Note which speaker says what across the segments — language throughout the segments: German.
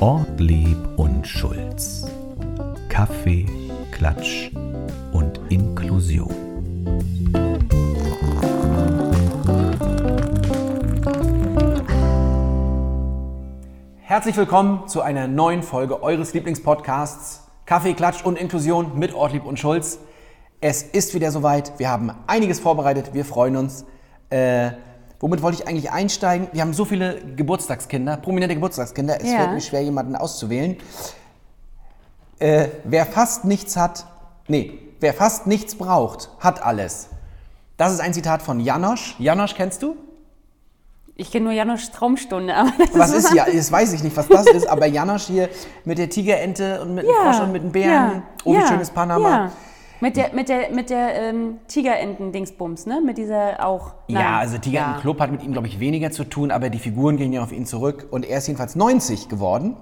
Speaker 1: Ortlieb und Schulz. Kaffee, Klatsch und Inklusion.
Speaker 2: Herzlich willkommen zu einer neuen Folge eures Lieblingspodcasts Kaffee, Klatsch und Inklusion mit Ortlieb und Schulz. Es ist wieder soweit. Wir haben einiges vorbereitet. Wir freuen uns. Äh, womit wollte ich eigentlich einsteigen? Wir haben so viele Geburtstagskinder, prominente Geburtstagskinder. Es
Speaker 3: Ja.
Speaker 2: fällt mir schwer, jemanden auszuwählen. Äh, wer fast nichts hat, nee, wer fast nichts braucht, hat alles. Das ist ein Zitat von Janosch. Janosch kennst du?
Speaker 3: Ich kenne nur Janosch Traumstunde, aber das
Speaker 2: Was ist ja? Das weiß ich nicht, was das ist, aber Janosch hier mit der Tigerente und mit dem Frosch und mit dem Bären. oh, wie schön ist Panama.
Speaker 3: ja. Mit der, mit der, mit der ähm, Tigerenten-Dingsbums, ne? Mit dieser auch.
Speaker 2: Ja,
Speaker 3: Nein.
Speaker 2: also Tiger im Club hat mit ihm, glaube ich, weniger zu tun, aber die Figuren gehen ja auf ihn zurück. Und er ist jedenfalls 90 geworden.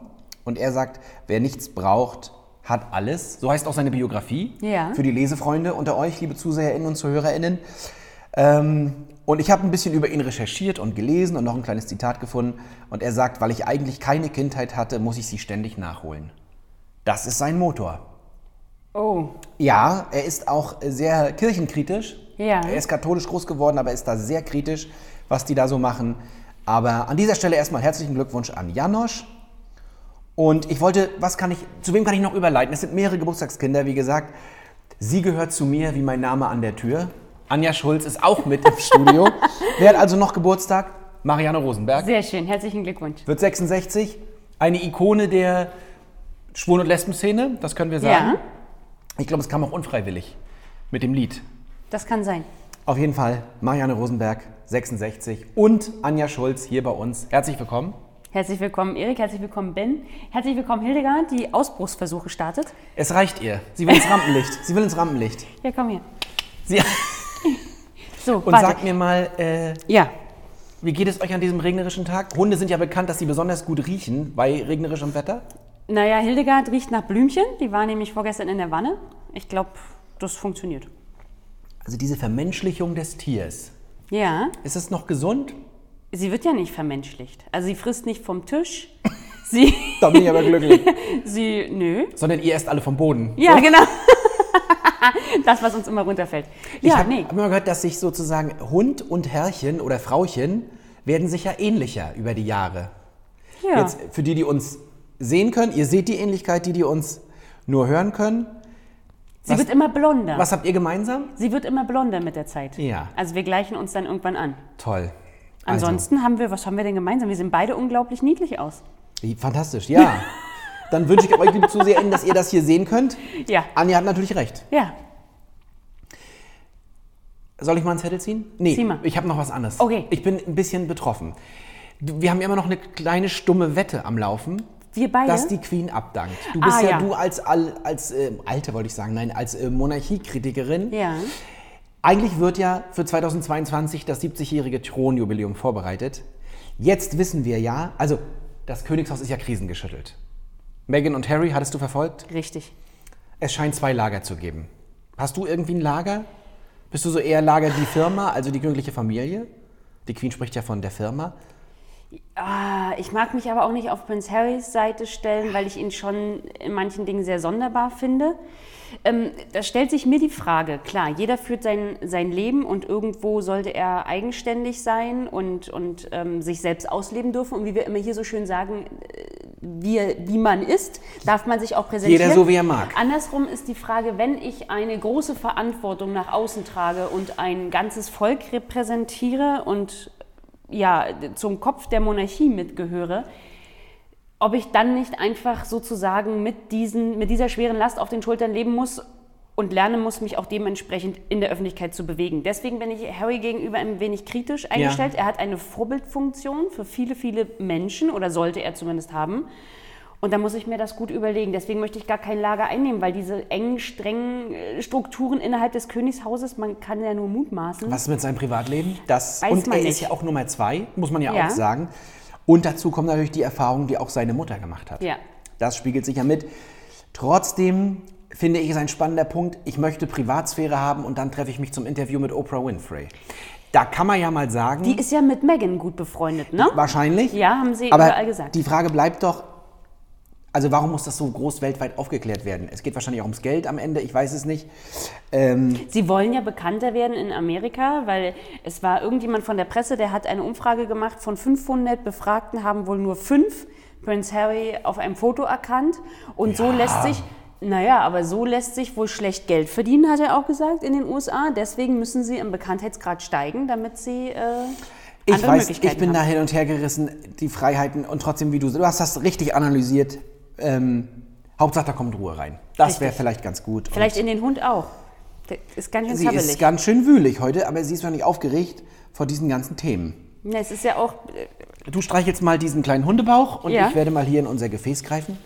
Speaker 2: Und er sagt, wer nichts braucht, hat alles. So heißt auch seine Biografie.
Speaker 3: Ja.
Speaker 2: Für die Lesefreunde unter euch, liebe ZuseherInnen und ZuhörerInnen. Ähm, und ich habe ein bisschen über ihn recherchiert und gelesen und noch ein kleines Zitat gefunden. Und er sagt, weil ich eigentlich keine Kindheit hatte, muss ich sie ständig nachholen. Das ist sein Motor.
Speaker 3: Oh,
Speaker 2: Ja, er ist auch sehr kirchenkritisch.
Speaker 3: Ja.
Speaker 2: Er ist katholisch groß geworden, aber ist da sehr kritisch, was die da so machen. Aber an dieser Stelle erstmal herzlichen Glückwunsch an Janosch. Und ich wollte, was kann ich, zu wem kann ich noch überleiten? Es sind mehrere Geburtstagskinder, wie gesagt. Sie gehört zu mir wie mein Name an der Tür. Anja Schulz ist auch mit im Studio. Wer hat also noch Geburtstag? Marianne Rosenberg
Speaker 3: sehr schön. Herzlichen Glückwunsch.
Speaker 2: wird 66, eine Ikone der Schwulen- und Lesben-Szene, das können wir sagen.
Speaker 3: Ja.
Speaker 2: Ich glaube, es kam auch unfreiwillig mit dem Lied.
Speaker 3: Das kann sein.
Speaker 2: Auf jeden Fall Marianne Rosenberg, 66 und Anja Schulz hier bei uns. Herzlich willkommen.
Speaker 3: Herzlich willkommen, Erik. Herzlich willkommen, Ben. Herzlich willkommen, Hildegard, die Ausbruchsversuche startet.
Speaker 2: Es reicht ihr. Sie will ins Rampenlicht. Sie will ins Rampenlicht.
Speaker 3: Ja, komm her.
Speaker 2: Sie
Speaker 3: So,
Speaker 2: und
Speaker 3: warte.
Speaker 2: sagt mir mal, äh,
Speaker 3: ja.
Speaker 2: wie geht es euch an diesem regnerischen Tag? Hunde sind ja bekannt, dass sie besonders gut riechen bei regnerischem Wetter.
Speaker 3: Naja, Hildegard riecht nach Blümchen. Die war nämlich vorgestern in der Wanne. Ich glaube, das funktioniert.
Speaker 2: Also diese Vermenschlichung des Tiers.
Speaker 3: Ja.
Speaker 2: Ist es noch gesund?
Speaker 3: Sie wird ja nicht vermenschlicht. Also sie frisst nicht vom Tisch. Sie,
Speaker 2: Da bin ich aber glücklich.
Speaker 3: sie, nö.
Speaker 2: Sondern ihr esst alle vom Boden.
Speaker 3: Ja, genau. Das, was uns immer runterfällt.
Speaker 2: Ich
Speaker 3: Ja,
Speaker 2: habe
Speaker 3: nee.
Speaker 2: hab immer gehört, dass sich sozusagen Hund und Herrchen oder Frauchen werden sich ja ähnlicher über die Jahre.
Speaker 3: Ja.
Speaker 2: Jetzt für die, die uns sehen können, ihr seht die Ähnlichkeit, die, die uns nur hören können.
Speaker 3: sie
Speaker 2: was-
Speaker 3: wird immer blonder.
Speaker 2: Was habt ihr gemeinsam?
Speaker 3: Sie wird immer blonder mit der Zeit.
Speaker 2: Ja.
Speaker 3: Also wir gleichen uns dann irgendwann an.
Speaker 2: Toll. Also,
Speaker 3: Ansonsten haben wir, was haben wir denn gemeinsam? Wir sehen beide unglaublich niedlich
Speaker 2: Also,
Speaker 3: aus.
Speaker 2: wie- fantastisch, ja. Dann wünsche ich euch, liebe ZuseherInnen, dass ihr das hier sehen könnt.
Speaker 3: Ja.
Speaker 2: Anja hat natürlich recht.
Speaker 3: Ja.
Speaker 2: Soll ich mal einen Zettel ziehen? Nee,
Speaker 3: Zieh mal.
Speaker 2: ich habe noch was anderes.
Speaker 3: Okay.
Speaker 2: Ich bin ein bisschen betroffen. Du- Wir haben immer noch eine kleine stumme Wette am Laufen.
Speaker 3: Wir beide.
Speaker 2: dass die Queen abdankt. Du bist
Speaker 3: Ah,
Speaker 2: ja,
Speaker 3: ja.
Speaker 2: du als, Al- als äh, Alte, wollte ich sagen, nein, als äh, Monarchiekritikerin.
Speaker 3: ja.
Speaker 2: Eigentlich wird ja für 2022 das 70-jährige Thronjubiläum vorbereitet. Jetzt wissen wir ja, also das Königshaus ist ja krisengeschüttelt. Meghan und Harry, hattest du verfolgt?
Speaker 3: Richtig.
Speaker 2: Es scheint zwei Lager zu geben. Hast du irgendwie ein Lager? Bist du so eher Lager die Firma, also die königliche Familie? Die Queen spricht ja von der Firma.
Speaker 3: Ah, Ich mag mich aber auch nicht auf Prince Harrys Seite stellen, weil ich ihn schon in manchen Dingen sehr sonderbar finde. Ähm, da stellt sich mir die Frage, klar, jeder führt sein, sein Leben und irgendwo sollte er eigenständig sein und, und ähm, sich selbst ausleben dürfen. Und wie wir immer hier so schön sagen, äh, wie, wie man ist, darf man sich auch präsentieren.
Speaker 2: Jeder so, wie er mag.
Speaker 3: Andersrum ist die Frage, wenn ich eine große Verantwortung nach außen trage und ein ganzes Volk repräsentiere und ja, zum Kopf der Monarchie mitgehöre, ob ich dann nicht einfach sozusagen mit, diesen, mit dieser schweren Last auf den Schultern leben muss und lernen muss, mich auch dementsprechend in der Öffentlichkeit zu bewegen. Deswegen bin ich Harry gegenüber ein wenig kritisch eingestellt. Er hat eine Vorbildfunktion für viele, viele Menschen oder sollte er zumindest haben. Und da muss ich mir das gut überlegen. Deswegen möchte ich gar kein Lager einnehmen, weil diese engen, strengen äh, Strukturen innerhalb des Königshauses, man kann ja nur mutmaßen.
Speaker 2: Was ist mit seinem Privatleben? Das
Speaker 3: Weiß
Speaker 2: und
Speaker 3: man
Speaker 2: er ist
Speaker 3: nicht.
Speaker 2: ja auch Nummer zwei, muss man ja,
Speaker 3: Ja.
Speaker 2: auch sagen. Und dazu kommt natürlich die Erfahrung, die auch seine Mutter gemacht hat.
Speaker 3: Ja.
Speaker 2: Das spiegelt sich ja mit. Trotzdem finde ich es ein spannender Punkt. Ich möchte Privatsphäre haben und dann treffe ich mich zum Interview mit Oprah Winfrey. Da kann man ja mal sagen,
Speaker 3: Die ist ja mit Megan gut befreundet, ne?
Speaker 2: wahrscheinlich.
Speaker 3: Ja, haben sie
Speaker 2: Aber
Speaker 3: überall gesagt.
Speaker 2: die Frage bleibt doch, also warum muss das so groß weltweit aufgeklärt werden? Es geht wahrscheinlich auch ums Geld am Ende, ich weiß es nicht.
Speaker 3: Sie wollen ja bekannter werden in Amerika, weil es war irgendjemand von der Presse, der hat eine Umfrage gemacht. Von 500 Befragten haben wohl nur fünf Prince Harry auf einem Foto erkannt. Und so lässt sich, naja, aber so lässt sich wohl schlecht Geld verdienen, hat er auch gesagt, in den USA. Deswegen müssen sie im Bekanntheitsgrad steigen, damit sie äh, andere
Speaker 2: Ich weiß,
Speaker 3: Möglichkeiten
Speaker 2: ich bin da
Speaker 3: haben.
Speaker 2: hin und her gerissen, die Freiheiten und trotzdem, wie du, du hast das richtig analysiert. Ähm, Hauptsache, da kommt Ruhe rein. Das wäre
Speaker 3: Richtig.
Speaker 2: vielleicht ganz gut. Und
Speaker 3: Vielleicht in den Hund auch. Der Ist ganz schön
Speaker 2: sie
Speaker 3: zappelig.
Speaker 2: ist ganz schön wühlig heute, aber sie ist noch nicht aufgeregt vor diesen ganzen Themen.
Speaker 3: Na, es ist ja auch äh,
Speaker 2: Du streichelst mal diesen kleinen Hundebauch und
Speaker 3: Ja.
Speaker 2: ich werde mal hier in unser Gefäß greifen.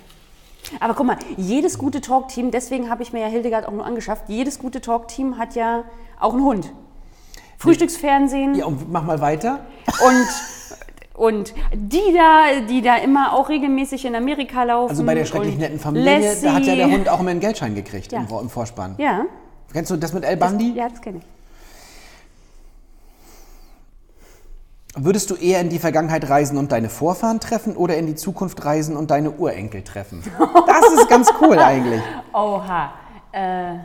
Speaker 3: Aber guck mal, jedes gute Talk-Team, deswegen habe ich mir ja Hildegard auch nur angeschafft, jedes gute Talk-Team hat ja auch einen Hund. Frühstücksfernsehen
Speaker 2: Ja, und mach mal weiter.
Speaker 3: und, und die da, die da immer auch regelmäßig in Amerika laufen.
Speaker 2: Also bei der schrecklich
Speaker 3: Hm, und
Speaker 2: netten Familie,
Speaker 3: Lassie.
Speaker 2: da hat ja der Hund auch immer einen Geldschein gekriegt
Speaker 3: Ja.
Speaker 2: im, Vor- im Vorspann.
Speaker 3: Ja,
Speaker 2: Kennst du das mit El Bandi?
Speaker 3: ja das kenne ich.
Speaker 2: Würdest du eher in die Vergangenheit reisen und deine Vorfahren treffen oder in die Zukunft reisen und deine Urenkel treffen? Das ist ganz cool eigentlich.
Speaker 3: Oha. Äh,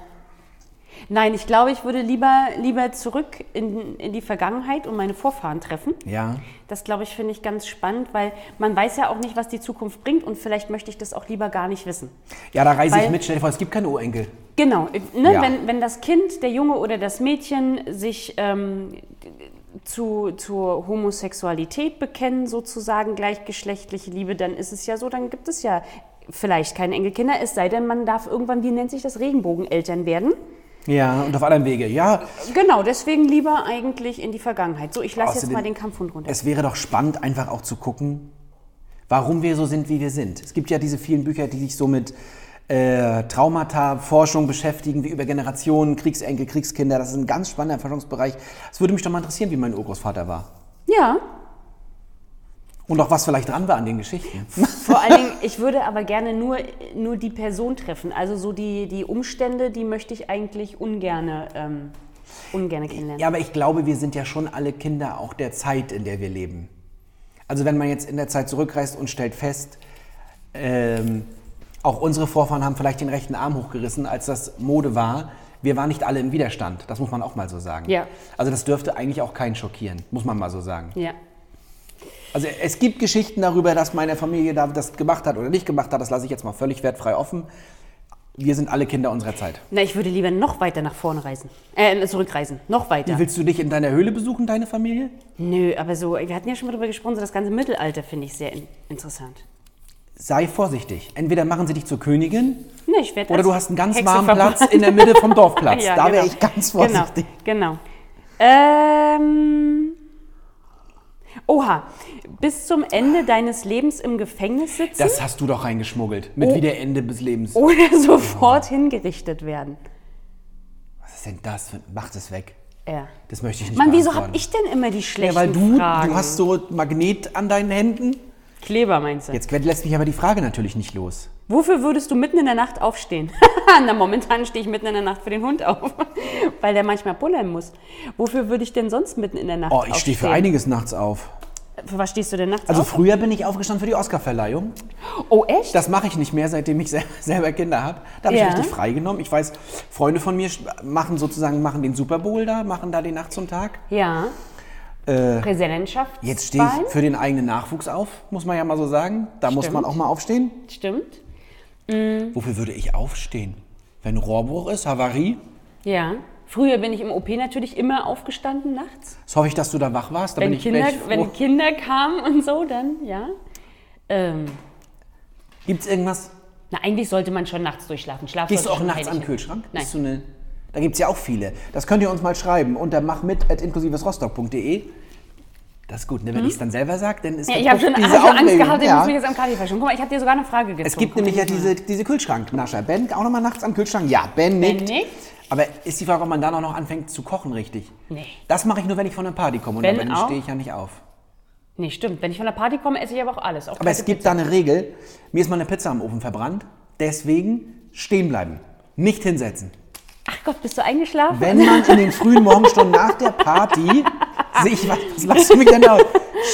Speaker 3: nein, ich glaube, ich würde lieber, lieber zurück in, in die Vergangenheit und meine Vorfahren treffen.
Speaker 2: Ja.
Speaker 3: Das glaube ich, finde ich ganz spannend, weil man weiß ja auch nicht, was die Zukunft bringt und vielleicht möchte ich das auch lieber gar nicht wissen.
Speaker 2: Ja, da reise ich
Speaker 3: Weil-
Speaker 2: mit. Stell dir vor, es gibt keine Urenkel.
Speaker 3: Genau, ne,
Speaker 2: Ja.
Speaker 3: wenn, wenn das Kind, der Junge oder das Mädchen sich ähm, zu, zur Homosexualität bekennen, sozusagen gleichgeschlechtliche Liebe, dann ist es ja so, dann gibt es ja vielleicht keine Enkelkinder, es sei denn, man darf irgendwann, wie nennt sich das, Regenbogeneltern werden.
Speaker 2: Ja, und auf anderen Wege. Ja,
Speaker 3: Genau, deswegen lieber eigentlich in die Vergangenheit. So, ich lasse jetzt
Speaker 2: Außerdem-
Speaker 3: mal den Kampfhund runter.
Speaker 2: es wäre doch spannend, einfach auch zu gucken, warum wir so sind, wie wir sind. Es gibt ja diese vielen Bücher, die sich so mit äh, Traumata-Forschung beschäftigen, wie über Generationen, Kriegsenkel, Kriegskinder. Das ist ein ganz spannender Forschungsbereich. Es würde mich doch mal interessieren, wie mein Urgroßvater war.
Speaker 3: Ja,
Speaker 2: Und auch was vielleicht dran war an den Geschichten.
Speaker 3: vor allen Dingen, ich würde aber gerne nur, nur die Person treffen. Also so die, die Umstände, die möchte ich eigentlich ungerne, ähm, ungerne kennenlernen.
Speaker 2: Ja, aber ich glaube, wir sind ja schon alle Kinder auch der Zeit, in der wir leben. Also wenn man jetzt in der Zeit zurückreist und stellt fest, ähm, auch unsere Vorfahren haben vielleicht den rechten Arm hochgerissen, als das Mode war. Wir waren nicht alle im Widerstand. Das muss man auch mal so sagen.
Speaker 3: Ja.
Speaker 2: Also das dürfte eigentlich auch keinen schockieren, muss man mal so sagen.
Speaker 3: Ja.
Speaker 2: Also es gibt Geschichten darüber, dass meine Familie da das gemacht hat oder nicht gemacht hat. Das lasse ich jetzt mal völlig wertfrei offen. Wir sind alle Kinder unserer Zeit.
Speaker 3: Na, ich würde lieber noch weiter nach vorne reisen. Äh, zurückreisen. Noch weiter.
Speaker 2: Willst du dich in deiner Höhle besuchen, deine Familie?
Speaker 3: Nö, aber so, wir hatten ja schon mal drüber gesprochen, so das ganze Mittelalter finde ich sehr in interessant.
Speaker 2: sei vorsichtig. Entweder machen sie dich zur Königin
Speaker 3: Ne, ich werd
Speaker 2: oder
Speaker 3: als
Speaker 2: du hast einen ganz
Speaker 3: Hexe
Speaker 2: warmen Platz
Speaker 3: verbrannt.
Speaker 2: in der Mitte vom Dorfplatz.
Speaker 3: Ja,
Speaker 2: da wäre
Speaker 3: genau.
Speaker 2: ich ganz vorsichtig.
Speaker 3: Genau. genau. Ähm. Oha, bis zum Ende deines Lebens im Gefängnis sitzen
Speaker 2: Das hast du doch reingeschmuggelt. Mit
Speaker 3: Oh.
Speaker 2: wie der Ende des Lebens.
Speaker 3: oder sofort hingerichtet werden.
Speaker 2: Was ist denn das? Für, mach das weg.
Speaker 3: Ja.
Speaker 2: Das möchte ich nicht
Speaker 3: Mann, wieso
Speaker 2: beantworten.
Speaker 3: habe ich denn immer die schlechten
Speaker 2: Ja, weil du,
Speaker 3: Fragen?
Speaker 2: du hast so Magnet an deinen Händen.
Speaker 3: Kleber meinst du?
Speaker 2: Jetzt lässt mich aber die Frage natürlich nicht los.
Speaker 3: Wofür würdest du mitten in der Nacht aufstehen? Na, momentan stehe ich mitten in der Nacht für den Hund auf, weil der manchmal pullern muss. Wofür würde ich denn sonst mitten in der Nacht
Speaker 2: Oh,
Speaker 3: aufstehen?
Speaker 2: ich stehe für einiges nachts auf.
Speaker 3: Für was stehst du denn nachts
Speaker 2: Also
Speaker 3: auf?
Speaker 2: früher bin ich aufgestanden für die Oscarverleihung.
Speaker 3: Oh, echt?
Speaker 2: Das mache ich nicht mehr, seitdem ich sel- selber Kinder habe. Da habe
Speaker 3: Ja.
Speaker 2: ich richtig freigenommen. Ich weiß, Freunde von mir sch- machen sozusagen machen den Super Bowl da, machen da die Nacht zum Tag.
Speaker 3: ja. Äh, Präsidentschaft.
Speaker 2: Jetzt stehe ich für den eigenen Nachwuchs auf, muss man ja mal so sagen. Da muss man
Speaker 3: Stimmt.
Speaker 2: auch mal aufstehen.
Speaker 3: Stimmt.
Speaker 2: Wofür würde ich aufstehen? Wenn Rohrbruch ist, Havarie,
Speaker 3: Ja. Früher bin ich im OP natürlich immer aufgestanden nachts.
Speaker 2: das hoffe ich, dass du da wach warst. Da
Speaker 3: Wenn,
Speaker 2: bin ich
Speaker 3: Kinder,
Speaker 2: wär ich froh.
Speaker 3: wenn Kinder kamen und so, dann, ja. Ähm,
Speaker 2: Gibt's irgendwas?
Speaker 3: na, eigentlich sollte man schon nachts durchschlafen. Schlaf
Speaker 2: Gehst du
Speaker 3: sollte
Speaker 2: auch
Speaker 3: schon
Speaker 2: nachts an den
Speaker 3: heilig sein.
Speaker 2: Kühlschrank?
Speaker 3: Nein.
Speaker 2: Bist du eine, da gibt es ja auch viele. Das könnt ihr uns mal schreiben unter machmit.inklusivesrostock.de. Das ist gut, ne? wenn ich es dann selber sage, dann ist
Speaker 3: Hm? Ja,
Speaker 2: das
Speaker 3: ich habe schon,
Speaker 2: diese
Speaker 3: hab schon Angst
Speaker 2: Aufregung,
Speaker 3: gehabt, ich
Speaker 2: ja.
Speaker 3: muss mich jetzt am Kaffee verschwunden. Guck mal, ich habe dir sogar eine Frage gezogen.
Speaker 2: Es gibt nämlich ja diese, diese Kühlschranknascher. Ben, auch nochmal nachts am Kühlschrank? Ja, Ben nickt.
Speaker 3: nickt.
Speaker 2: Aber ist die Frage, ob man dann auch noch anfängt zu kochen, richtig?
Speaker 3: Nee.
Speaker 2: Das mache ich nur, wenn ich von einer Party komme. Und
Speaker 3: Ben
Speaker 2: dann
Speaker 3: auch?
Speaker 2: stehe ich ja nicht auf.
Speaker 3: Nee, stimmt. Wenn ich von der Party komme, esse ich aber auch alles. Auch
Speaker 2: Aber
Speaker 3: kalte
Speaker 2: es gibt da eine Regel. Mir ist mal eine Pizza am Ofen verbrannt. Deswegen stehen bleiben. Nicht hinsetzen.
Speaker 3: Pizza. Ach Gott, bist du eingeschlafen?
Speaker 2: Wenn man in den frühen Morgenstunden nach der Party Sehe ich was? Was lachst du mich denn aus?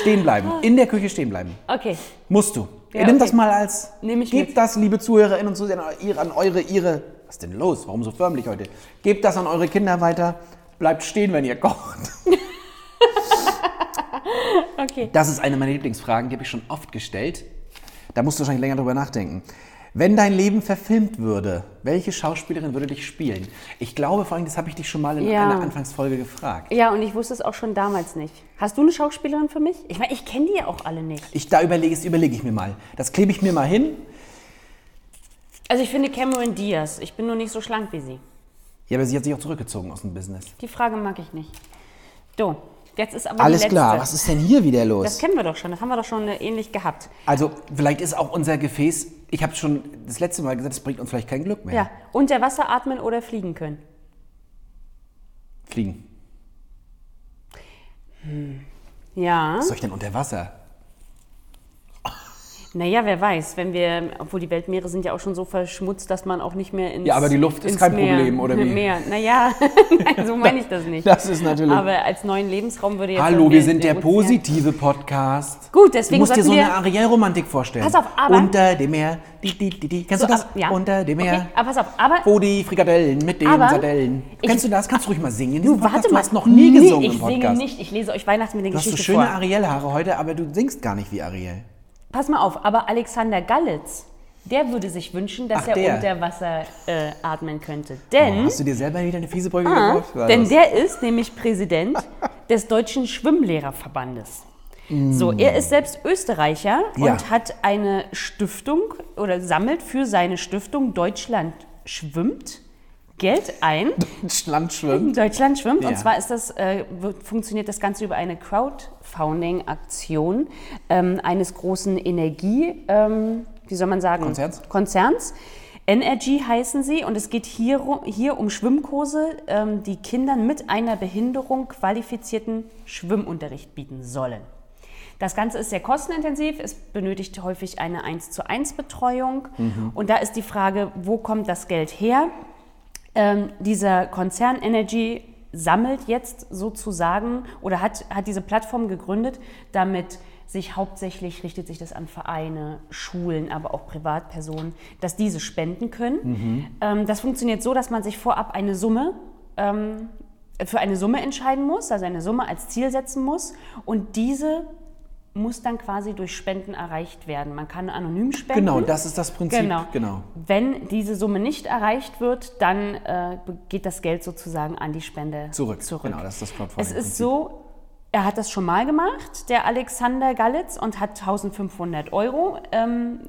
Speaker 2: Stehen bleiben. In der Küche stehen bleiben.
Speaker 3: Okay.
Speaker 2: Musst du.
Speaker 3: Ja,
Speaker 2: Ihr nehmt
Speaker 3: okay.
Speaker 2: das mal als.
Speaker 3: Nehm ich
Speaker 2: gebt
Speaker 3: mit.
Speaker 2: das, liebe Zuhörerinnen und Zuseher, an eure, an eure, ihre. Was ist denn los? Warum so förmlich heute? Gebt das an eure Kinder weiter. Bleibt stehen, wenn ihr kocht.
Speaker 3: Okay.
Speaker 2: Das ist eine meiner Lieblingsfragen, die habe ich schon oft gestellt. Da musst du wahrscheinlich länger drüber nachdenken. Wenn dein Leben verfilmt würde, welche Schauspielerin würde dich spielen? Ich glaube vor allem, das habe ich dich schon mal in
Speaker 3: Ja.
Speaker 2: einer Anfangsfolge gefragt.
Speaker 3: Ja, und ich wusste es auch schon damals nicht. Hast du eine Schauspielerin für mich? Ich meine, ich kenne die ja auch alle nicht.
Speaker 2: Ich, da überlege ich, überlege ich mir mal. Das klebe ich mir mal hin.
Speaker 3: Also ich finde Cameron Diaz. Ich bin nur nicht so schlank wie sie.
Speaker 2: Ja, aber sie hat sich auch zurückgezogen aus dem Business.
Speaker 3: Die Frage mag ich nicht. So, jetzt ist aber die
Speaker 2: Alles
Speaker 3: letzte.
Speaker 2: klar, was ist denn hier wieder
Speaker 3: das
Speaker 2: los?
Speaker 3: kennen wir doch schon. Das haben wir doch schon äh, ähnlich gehabt.
Speaker 2: Also, vielleicht ist auch unser Gefäß, ich habe schon das letzte Mal gesagt, es bringt uns vielleicht kein Glück mehr.
Speaker 3: Ja. Unter Wasser atmen oder fliegen können.
Speaker 2: Fliegen.
Speaker 3: Ja.
Speaker 2: Was soll ich denn unter Wasser?
Speaker 3: Naja, wer weiß, wenn wir, obwohl die Weltmeere sind ja auch schon so verschmutzt, dass man auch nicht mehr ins
Speaker 2: Ja, aber die Luft ist
Speaker 3: ins
Speaker 2: kein
Speaker 3: Meer,
Speaker 2: Problem, oder wie?
Speaker 3: Meer. Naja, nein, so meine ich das nicht.
Speaker 2: Das ist natürlich-
Speaker 3: Aber als neuen Lebensraum würde jetzt...
Speaker 2: Hallo, wir sind der
Speaker 3: Ozean-
Speaker 2: positive Podcast.
Speaker 3: Gut, deswegen
Speaker 2: Du musst dir
Speaker 3: sollten
Speaker 2: so
Speaker 3: wir-
Speaker 2: eine Ariel-Romantik vorstellen.
Speaker 3: Pass auf, aber-
Speaker 2: Unter dem Meer. Die, die, die, die. Kennst
Speaker 3: So,
Speaker 2: du das?
Speaker 3: das, ja.
Speaker 2: Unter dem Meer.
Speaker 3: Okay, aber pass auf, aber...
Speaker 2: Wo die Frikadellen mit den
Speaker 3: Aber
Speaker 2: Sardellen.
Speaker 3: ich-
Speaker 2: Kennst du das? Kannst du ruhig mal singen? in diesem
Speaker 3: Du,
Speaker 2: Podcast?
Speaker 3: warte
Speaker 2: du
Speaker 3: mal.
Speaker 2: hast noch nie gesungen
Speaker 3: nee,
Speaker 2: im
Speaker 3: ich
Speaker 2: Podcast.
Speaker 3: singe nicht. Ich lese euch Weihnachten mit den
Speaker 2: Du hast so
Speaker 3: Geschichten
Speaker 2: schöne
Speaker 3: vor.
Speaker 2: Ariel-Haare heute, aber du singst gar nicht wie Ariel.
Speaker 3: Pass mal auf, aber Alexander Gallitz, der würde sich wünschen, dass
Speaker 2: Ach,
Speaker 3: er
Speaker 2: der.
Speaker 3: unter Wasser äh, atmen könnte. Denn,
Speaker 2: Hast du dir selber wieder eine fiese Brücke
Speaker 3: ah,
Speaker 2: geworfen? War
Speaker 3: denn
Speaker 2: das-
Speaker 3: der ist nämlich Präsident des Deutschen Schwimmlehrerverbandes. So, er ist selbst Österreicher
Speaker 2: Mm. Ja.
Speaker 3: und hat eine Stiftung oder sammelt für seine Stiftung Deutschland schwimmt Geld ein.
Speaker 2: Deutschland schwimmt.
Speaker 3: Deutschland schwimmt.
Speaker 2: Ja.
Speaker 3: Und zwar ist das, äh, wird- funktioniert das Ganze über eine Crowdfunding-Aktion ähm, eines großen Energie, ähm, wie soll man sagen?
Speaker 2: Konzerns?
Speaker 3: Konzerns. Energy heißen sie und es geht hier, ru- hier um Schwimmkurse, ähm, die Kindern mit einer Behinderung qualifizierten Schwimmunterricht bieten sollen. Das Ganze ist sehr kostenintensiv, es benötigt häufig eine 1 zu 1 Betreuung
Speaker 2: Mhm.
Speaker 3: und da ist die Frage, wo kommt das Geld her? ähm, dieser Konzern Energy sammelt jetzt sozusagen oder hat, hat diese Plattform gegründet, damit sich hauptsächlich richtet sich das an Vereine, Schulen, aber auch Privatpersonen, dass diese spenden können.
Speaker 2: Mhm.
Speaker 3: Ähm, das funktioniert so, dass man sich vorab eine Summe ähm, für eine Summe entscheiden muss, also eine Summe als Ziel setzen muss und diese muss dann quasi durch Spenden erreicht werden. Man kann anonym spenden.
Speaker 2: Genau, das ist das Prinzip.
Speaker 3: Genau.
Speaker 2: genau.
Speaker 3: Wenn diese Summe nicht erreicht wird, dann äh, geht das Geld sozusagen an die Spende
Speaker 2: Zurück.
Speaker 3: zurück.
Speaker 2: Genau, das ist das
Speaker 3: es
Speaker 2: Crowdfunding.
Speaker 3: ist so, er hat das schon mal gemacht, der Alexander Gallitz, und hat 1500 Euro ähm,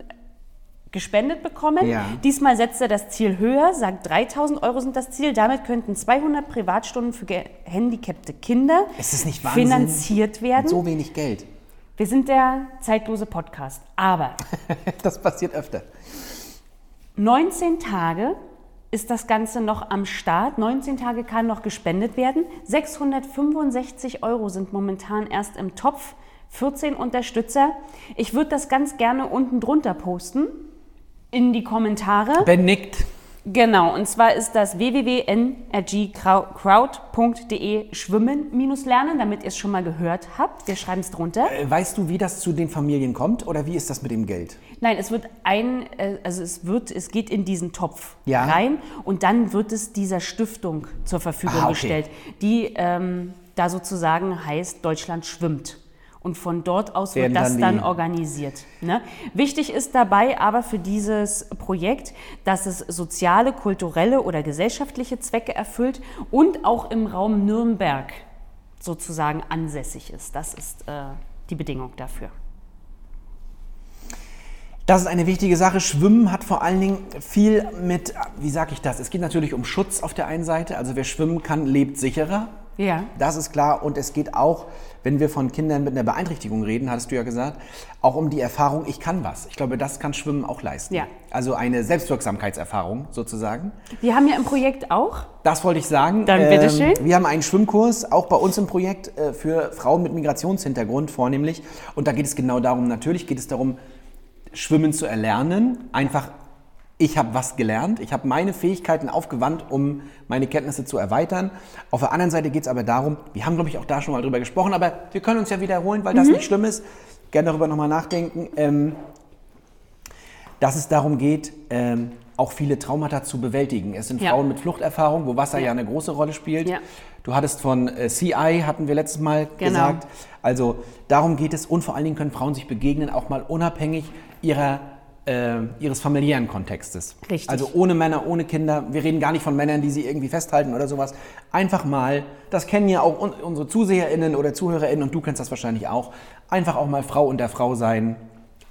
Speaker 3: gespendet bekommen.
Speaker 2: Ja.
Speaker 3: Diesmal setzt er das Ziel höher, sagt 3000 Euro sind das Ziel. Damit könnten 200 Privatstunden für gehandicapte Kinder
Speaker 2: Ist das nicht Wahnsinn?
Speaker 3: finanziert werden.
Speaker 2: Mit so wenig Geld.
Speaker 3: Wir sind der zeitlose Podcast. Aber
Speaker 2: Das passiert öfter.
Speaker 3: 19 Tage ist das Ganze noch am Start. 19 Tage kann noch gespendet werden. 665 Euro sind momentan erst im Topf. 14 Unterstützer. Ich würde das ganz gerne unten drunter posten. In die Kommentare.
Speaker 2: Ben nickt.
Speaker 3: Genau, und zwar ist das www.nrgcrowd.de schwimmen-lernen, damit ihr es schon mal gehört habt. Wir schreiben es drunter.
Speaker 2: Äh, Weißt du, wie das zu den Familien kommt oder wie ist das mit dem Geld?
Speaker 3: Nein, es wird ein, äh, also es wird, es geht in diesen Topf
Speaker 2: Ja.
Speaker 3: rein und dann wird es dieser Stiftung zur Verfügung
Speaker 2: Ah, okay.
Speaker 3: gestellt, die ähm, da sozusagen heißt Deutschland schwimmt. Und von dort aus
Speaker 2: Werden
Speaker 3: wird das
Speaker 2: dann die-
Speaker 3: dann organisiert. Ne? Wichtig ist dabei aber für dieses Projekt, dass es soziale, kulturelle oder gesellschaftliche Zwecke erfüllt und auch im Raum Nürnberg sozusagen ansässig ist. Das ist äh, die Bedingung dafür.
Speaker 2: Das ist eine wichtige Sache. Schwimmen hat vor allen Dingen viel mit, wie sage ich das? Es geht natürlich um Schutz auf der einen Seite. Also wer schwimmen kann, lebt sicherer.
Speaker 3: Ja.
Speaker 2: Das ist klar. Und es geht auch, wenn wir von Kindern mit einer Beeinträchtigung reden, hattest du ja gesagt, auch um die Erfahrung, ich kann was. Ich glaube, das kann Schwimmen auch leisten.
Speaker 3: Ja.
Speaker 2: Also eine Selbstwirksamkeitserfahrung sozusagen.
Speaker 3: Wir haben ja im Projekt auch
Speaker 2: Das wollte ich sagen. Ähm,
Speaker 3: Dann bitteschön.
Speaker 2: Wir haben einen Schwimmkurs, auch bei uns im Projekt, äh, für Frauen mit Migrationshintergrund vornehmlich. Und da geht es genau darum, natürlich geht es darum, Schwimmen zu erlernen, einfach ich habe was gelernt, ich habe meine Fähigkeiten aufgewandt, um meine Kenntnisse zu erweitern. Auf der anderen Seite geht es aber darum, wir haben, glaube ich, auch da schon mal drüber gesprochen, aber wir können uns ja wiederholen, weil das
Speaker 3: Mhm.
Speaker 2: nicht schlimm ist. Gerne darüber nochmal nachdenken, ähm, dass es darum geht, ähm, auch viele Traumata zu bewältigen. Es sind
Speaker 3: Ja.
Speaker 2: Frauen mit Fluchterfahrung, wo Wasser ja,
Speaker 3: Ja.
Speaker 2: eine große Rolle spielt.
Speaker 3: Ja.
Speaker 2: Du hattest von äh, CI, hatten wir letztes Mal
Speaker 3: Genau.
Speaker 2: gesagt. Also darum geht es und vor allen Dingen können Frauen sich begegnen, auch mal unabhängig ihrer, äh, ihres familiären Kontextes.
Speaker 3: Richtig.
Speaker 2: Also ohne Männer, ohne Kinder. Wir reden gar nicht von Männern, die sie irgendwie festhalten oder sowas. Einfach mal, das kennen ja auch un unsere ZuseherInnen oder ZuhörerInnen und du kennst das wahrscheinlich auch, einfach auch mal Frau unter Frau sein.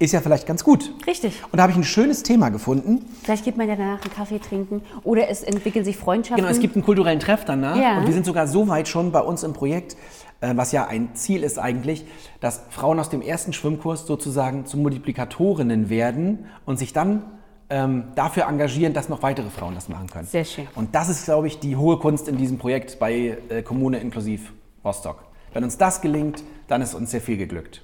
Speaker 2: Ist ja vielleicht ganz gut.
Speaker 3: Richtig.
Speaker 2: Und da habe ich ein schönes Thema gefunden.
Speaker 3: Vielleicht geht man ja danach einen Kaffee trinken oder es entwickeln sich Freundschaften.
Speaker 2: Genau, es gibt einen kulturellen Treff danach
Speaker 3: Ja.
Speaker 2: und wir sind sogar so weit schon bei uns im Projekt, äh, was ja ein Ziel ist eigentlich, dass Frauen aus dem ersten Schwimmkurs sozusagen zu Multiplikatorinnen werden und sich dann ähm, dafür engagieren, dass noch weitere Frauen das machen können.
Speaker 3: Sehr schön.
Speaker 2: Und das ist, glaube ich, die hohe Kunst in diesem Projekt bei äh, Kommune inklusiv Rostock. Wenn uns das gelingt, dann ist uns sehr viel geglückt.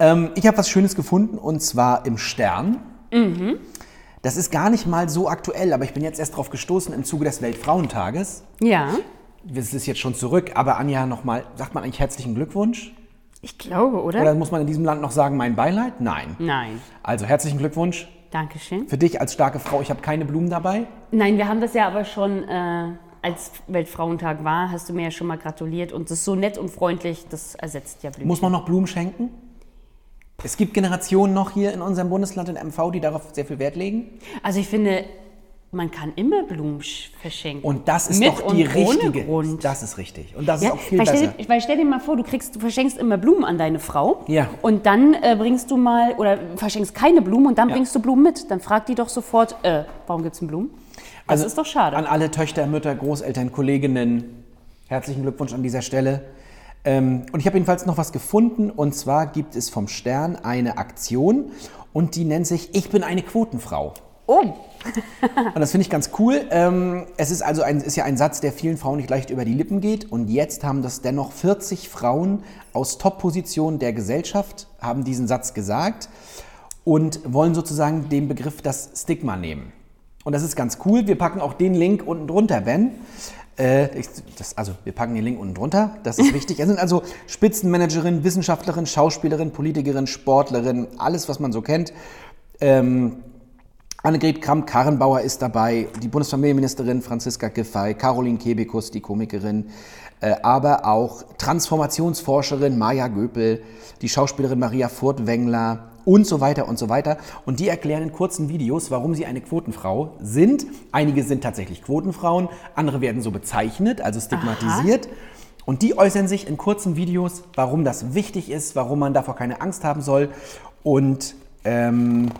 Speaker 2: Ähm, ich habe was Schönes gefunden und zwar im Stern.
Speaker 3: Mhm.
Speaker 2: Das ist gar nicht mal so aktuell, aber ich bin jetzt erst drauf gestoßen im Zuge des Weltfrauentages.
Speaker 3: ja,
Speaker 2: Es ist jetzt schon zurück, aber Anja, nochmal, sagt man eigentlich herzlichen Glückwunsch?
Speaker 3: ich glaube, oder?
Speaker 2: Oder muss man in diesem Land noch sagen, mein Beileid? Nein.
Speaker 3: Nein.
Speaker 2: Also herzlichen Glückwunsch
Speaker 3: Dankeschön.
Speaker 2: für dich als starke Frau. Ich habe keine Blumen dabei.
Speaker 3: Nein, wir haben das ja aber schon, äh, als Weltfrauentag war, hast du mir ja schon mal gratuliert und das ist so nett und freundlich, das ersetzt ja Blümchen.
Speaker 2: Muss man noch Blumen schenken? Es gibt Generationen noch hier in unserem Bundesland in MV, die darauf sehr viel Wert legen.
Speaker 3: Also ich finde, man kann immer Blumen sch- verschenken.
Speaker 2: Und das ist
Speaker 3: Mit
Speaker 2: doch die
Speaker 3: und
Speaker 2: richtige.
Speaker 3: Ohne Grund.
Speaker 2: Das ist richtig. Und das
Speaker 3: ja,
Speaker 2: ist auch viel
Speaker 3: weil, stell,
Speaker 2: besser.
Speaker 3: dir- weil stell dir mal vor, du kriegst, du verschenkst immer Blumen an deine Frau.
Speaker 2: Ja.
Speaker 3: Und dann äh, bringst du mal oder verschenkst keine Blumen und dann
Speaker 2: Ja.
Speaker 3: bringst du Blumen mit. Dann fragt die doch sofort, äh, warum gibt's denn Blumen? Das ist doch schade.
Speaker 2: Also An alle Töchter, Mütter, Großeltern, Kolleginnen, herzlichen Glückwunsch an dieser Stelle. Ähm, und ich habe jedenfalls noch was gefunden und zwar gibt es vom Stern eine Aktion und die nennt sich Ich bin eine Quotenfrau.
Speaker 3: Oh,
Speaker 2: Und das finde ich ganz cool. Ähm, es ist also ein, ist ja ein Satz, der vielen Frauen nicht leicht über die Lippen geht. Und jetzt haben das dennoch 40 Frauen aus Top-Positionen der Gesellschaft haben diesen Satz gesagt und wollen sozusagen den Begriff das Stigma nehmen. Und das ist ganz cool. Wir packen auch den Link unten drunter, Ben. Äh, ich, das, also, wir packen den Link unten drunter. Das ist wichtig. Es sind also Spitzenmanagerin, Wissenschaftlerin, Schauspielerin, Politikerin, Sportlerin, alles, was man so kennt. Annegret Kramp-Karrenbauer ist dabei, die Bundesfamilienministerin Franziska Giffey, Caroline Kebekus, die Komikerin, äh, aber auch Transformationsforscherin Maja Göpel, die Schauspielerin Maria Furtwängler und so weiter und so weiter. Und die erklären in kurzen Videos, warum sie eine Quotenfrau sind. Einige sind tatsächlich Quotenfrauen, andere werden so bezeichnet, also stigmatisiert. Und die äußern sich in kurzen Videos, warum das wichtig ist, warum man davor keine Angst haben soll und ähm,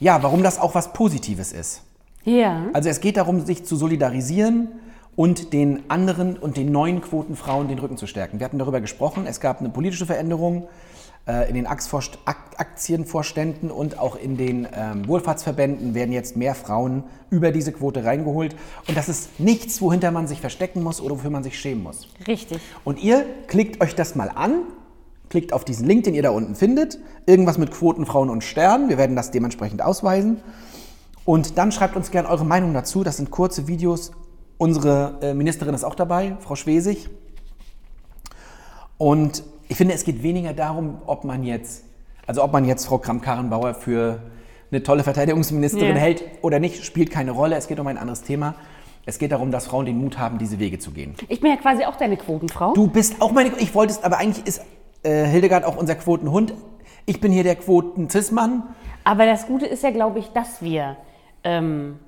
Speaker 2: ja, warum das auch was Positives ist.
Speaker 3: ja.
Speaker 2: Also es geht darum, sich zu solidarisieren und den anderen und den neuen Quotenfrauen den Rücken zu stärken. Wir hatten darüber gesprochen, es gab eine politische Veränderung äh, in den Axtvorst- Ak- Aktienvorständen und auch in den ähm, Wohlfahrtsverbänden werden jetzt mehr Frauen über diese Quote reingeholt. Und das ist nichts, wohinter man sich verstecken muss oder wofür man sich schämen muss.
Speaker 3: Richtig.
Speaker 2: Und ihr klickt euch das mal an, klickt auf diesen Link, den ihr da unten findet. Irgendwas mit Quoten, Frauen und Sternen. Wir werden das dementsprechend ausweisen. Und dann schreibt uns gerne eure Meinung dazu. Das sind kurze Videos. Unsere äh, Ministerin ist auch dabei, Frau Schwesig. Und ich finde, es geht weniger darum, ob man jetzt, also ob man jetzt Frau Kramp-Karrenbauer für eine tolle Verteidigungsministerin
Speaker 3: Ja.
Speaker 2: hält oder nicht, spielt keine Rolle. Es geht um ein anderes Thema. Es geht darum, dass Frauen den Mut haben, diese Wege zu gehen.
Speaker 3: Ich bin ja quasi auch deine Quotenfrau.
Speaker 2: Du bist auch meine. Ich wollte es, aber eigentlich ist äh, Hildegard auch unser Quotenhund. Ich bin hier der Quoten-Cis-Mann.
Speaker 3: Aber das Gute ist ja, glaube ich, dass wir ähm,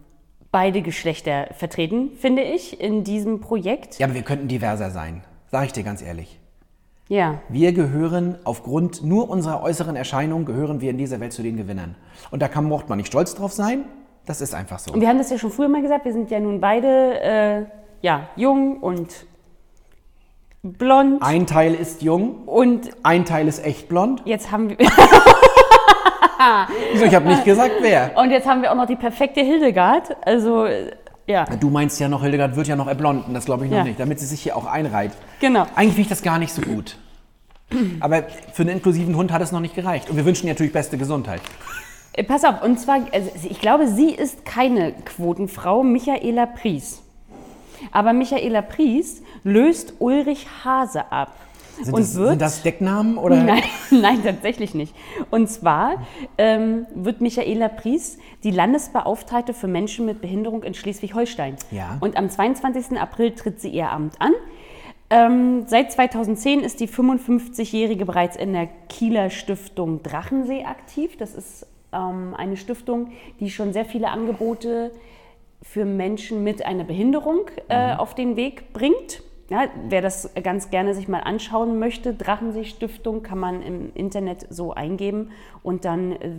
Speaker 3: beide Geschlechter vertreten, finde ich, in diesem Projekt.
Speaker 2: Ja, aber wir könnten diverser sein. Sag ich dir ganz ehrlich.
Speaker 3: Ja.
Speaker 2: Wir gehören aufgrund nur unserer äußeren Erscheinung, gehören wir in dieser Welt zu den Gewinnern. Und da kann, mocht man nicht stolz drauf sein. Das ist einfach so.
Speaker 3: Und wir haben das ja schon früher mal gesagt, wir sind ja nun beide äh, ja, jung und blond.
Speaker 2: Ein Teil ist jung,
Speaker 3: und
Speaker 2: ein Teil ist echt blond.
Speaker 3: jetzt haben wir
Speaker 2: Wieso? Ich habe nicht gesagt, wer.
Speaker 3: und jetzt haben wir auch noch die perfekte Hildegard. Also äh, ja,
Speaker 2: Ah, Du meinst ja noch, Hildegard wird ja noch erblonden. Das glaube ich noch
Speaker 3: Ja.
Speaker 2: nicht, damit sie sich hier auch einreiht.
Speaker 3: genau.
Speaker 2: Eigentlich finde ich das gar nicht so gut. Aber für einen inklusiven Hund hat es noch nicht gereicht. Und wir wünschen ihr natürlich beste Gesundheit.
Speaker 3: Äh, Pass auf, und zwar, also ich glaube, sie ist keine Quotenfrau, Michaela Pries. Aber Michaela Pries löst Ulrich Hase ab.
Speaker 2: Sind,
Speaker 3: und
Speaker 2: das,
Speaker 3: wird
Speaker 2: sind das Decknamen oder?
Speaker 3: Nein, nein, tatsächlich nicht. Und zwar ähm, wird Michaela Pries die Landesbeauftragte für Menschen mit Behinderung in Schleswig-Holstein.
Speaker 2: Ja.
Speaker 3: Und am 22. April tritt sie ihr Amt an. Ähm, seit 2010 ist die 55-Jährige bereits in der Kieler Stiftung Drachensee aktiv. Das ist ähm, eine Stiftung, die schon sehr viele Angebote für Menschen mit einer Behinderung
Speaker 2: Mhm.
Speaker 3: äh, auf den Weg bringt. Ja, wer das ganz gerne sich mal anschauen möchte, Drachensee Stiftung kann man im Internet so eingeben und dann äh,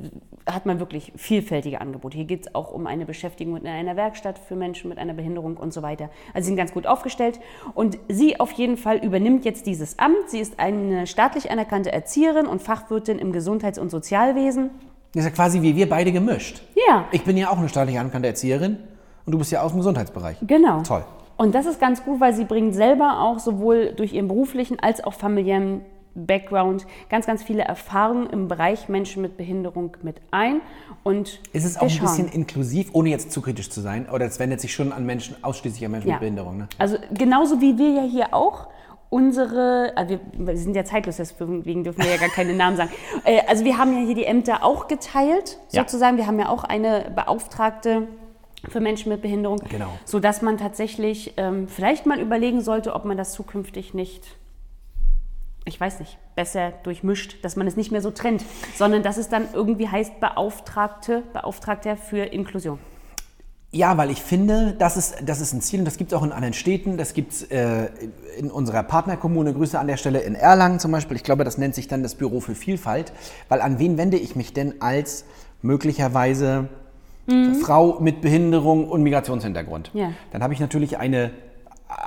Speaker 3: hat man wirklich vielfältige Angebote. Hier geht es auch um eine Beschäftigung in einer Werkstatt für Menschen mit einer Behinderung und so weiter. Also sie sind ganz gut aufgestellt und sie auf jeden Fall übernimmt jetzt dieses Amt. Sie ist eine staatlich anerkannte Erzieherin und Fachwirtin im Gesundheits- und Sozialwesen.
Speaker 2: Das ist ja quasi wie wir beide gemischt.
Speaker 3: Ja.
Speaker 2: Ich bin ja auch eine staatlich anerkannte Erzieherin und du bist ja aus dem Gesundheitsbereich.
Speaker 3: Genau.
Speaker 2: Toll.
Speaker 3: Und das ist ganz gut, weil sie bringt selber auch sowohl durch ihren beruflichen als auch familiären Background ganz, ganz viele Erfahrungen im Bereich Menschen mit Behinderung mit ein. Und
Speaker 2: Es ist
Speaker 3: wir
Speaker 2: auch ein
Speaker 3: schauen.
Speaker 2: bisschen inklusiv, ohne jetzt zu kritisch zu sein. Oder es wendet sich schon an Menschen, ausschließlich an Menschen
Speaker 3: Ja.
Speaker 2: mit Behinderung. Ne?
Speaker 3: Also genauso wie wir ja hier auch unsere, also wir, wir sind ja zeitlos, deswegen dürfen wir ja gar keine Namen sagen. Äh, Also wir haben ja hier die Ämter auch geteilt,
Speaker 2: Ja.
Speaker 3: sozusagen. Wir haben ja auch eine Beauftragte für Menschen mit Behinderung,
Speaker 2: Genau.
Speaker 3: sodass man tatsächlich ähm, vielleicht mal überlegen sollte, ob man das zukünftig nicht, ich weiß nicht, besser durchmischt, dass man es nicht mehr so trennt, sondern dass es dann irgendwie heißt Beauftragte, Beauftragter für Inklusion.
Speaker 2: Ja, weil ich finde, das ist, das ist ein Ziel und das gibt es auch in anderen Städten. Das gibt es äh, in unserer Partnerkommune, Grüße an der Stelle, in Erlangen zum Beispiel. Ich glaube, das nennt sich dann das Büro für Vielfalt. Weil an wen wende ich mich denn als möglicherweise Frau mit Behinderung und Migrationshintergrund?
Speaker 3: Mhm. Ja.
Speaker 2: Dann habe ich natürlich eine,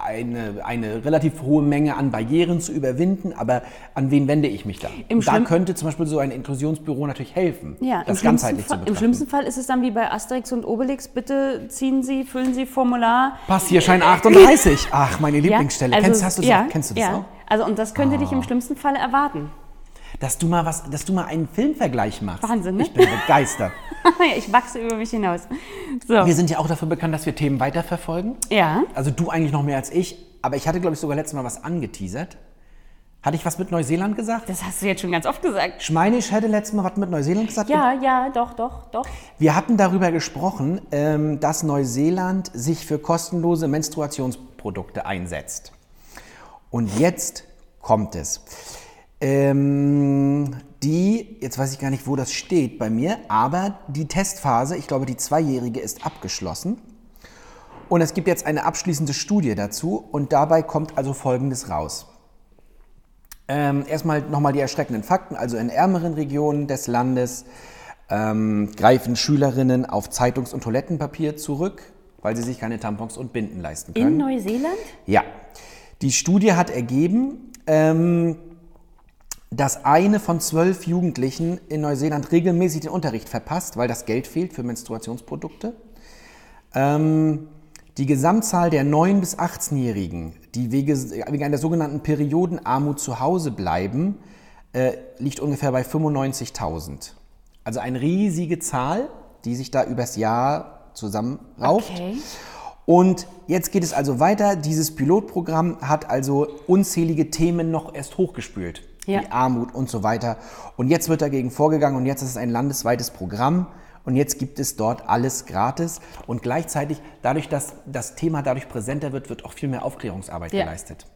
Speaker 2: eine, eine relativ hohe Menge an Barrieren zu überwinden, aber an wen wende ich mich da?
Speaker 3: Im
Speaker 2: da
Speaker 3: schlimm-
Speaker 2: könnte zum Beispiel so ein Inklusionsbüro natürlich helfen, das
Speaker 3: Ja, im, schlimmsten
Speaker 2: ganzheitlich zu
Speaker 3: Fall,
Speaker 2: betrachten.
Speaker 3: im schlimmsten Fall ist es dann wie bei Asterix und Obelix, bitte ziehen Sie, füllen Sie Formular. Äh,
Speaker 2: Passierschein 38. Ach, meine
Speaker 3: Ja,
Speaker 2: Lieblingsstelle.
Speaker 3: also,
Speaker 2: kennst, hast du das
Speaker 3: ja,
Speaker 2: auch? Kennst du das
Speaker 3: ja.
Speaker 2: auch? Ah.
Speaker 3: Also und das könnte dich im schlimmsten Fall erwarten.
Speaker 2: Dass du mal was, dass du mal einen Filmvergleich machst.
Speaker 3: Wahnsinn, ne?
Speaker 2: Ich bin begeistert.
Speaker 3: Ja, ich wachse über mich hinaus. So,
Speaker 2: Wir sind ja auch dafür bekannt, dass wir Themen weiterverfolgen.
Speaker 3: ja,
Speaker 2: Also du eigentlich noch mehr als ich, aber ich hatte, glaube ich, sogar letztes Mal was angeteasert. Hatte ich was mit Neuseeland gesagt?
Speaker 3: das hast du jetzt schon ganz oft gesagt.
Speaker 2: Ich meine, ich hätte letztes Mal was mit Neuseeland gesagt.
Speaker 3: Ja, ja, doch, doch, doch.
Speaker 2: Wir hatten darüber gesprochen, ähm, dass Neuseeland sich für kostenlose Menstruationsprodukte einsetzt. Und jetzt kommt es. Ähm, die, jetzt weiß ich gar nicht, wo das steht bei mir, aber die Testphase, ich glaube, die zweijährige ist abgeschlossen. Und es gibt jetzt eine abschließende Studie dazu und dabei kommt also Folgendes raus. Ähm, erstmal nochmal die erschreckenden Fakten. Also in ärmeren Regionen des Landes ähm, greifen Schülerinnen auf Zeitungs- und Toilettenpapier zurück, weil sie sich keine Tampons und Binden leisten können.
Speaker 3: In Neuseeland?
Speaker 2: Ja. Die Studie hat ergeben, ähm, dass eine von zwölf Jugendlichen in Neuseeland regelmäßig den Unterricht verpasst, weil das Geld fehlt für Menstruationsprodukte. Ähm, die Gesamtzahl der 9- bis 18-Jährigen, die wege- wegen einer sogenannten Periodenarmut zu Hause bleiben, äh, liegt ungefähr bei 95.000. Also eine riesige Zahl, die sich da übers Jahr zusammenrauft.
Speaker 3: Okay.
Speaker 2: Und jetzt geht es also weiter. Dieses Pilotprogramm hat also unzählige Themen noch erst hochgespült.
Speaker 3: Ja.
Speaker 2: Wie Armut und so weiter. Und jetzt wird dagegen vorgegangen und jetzt ist es ein landesweites Programm. Und jetzt gibt es dort alles gratis. Und gleichzeitig, dadurch, dass das Thema dadurch präsenter wird, wird auch viel mehr Aufklärungsarbeit
Speaker 3: Ja.
Speaker 2: geleistet.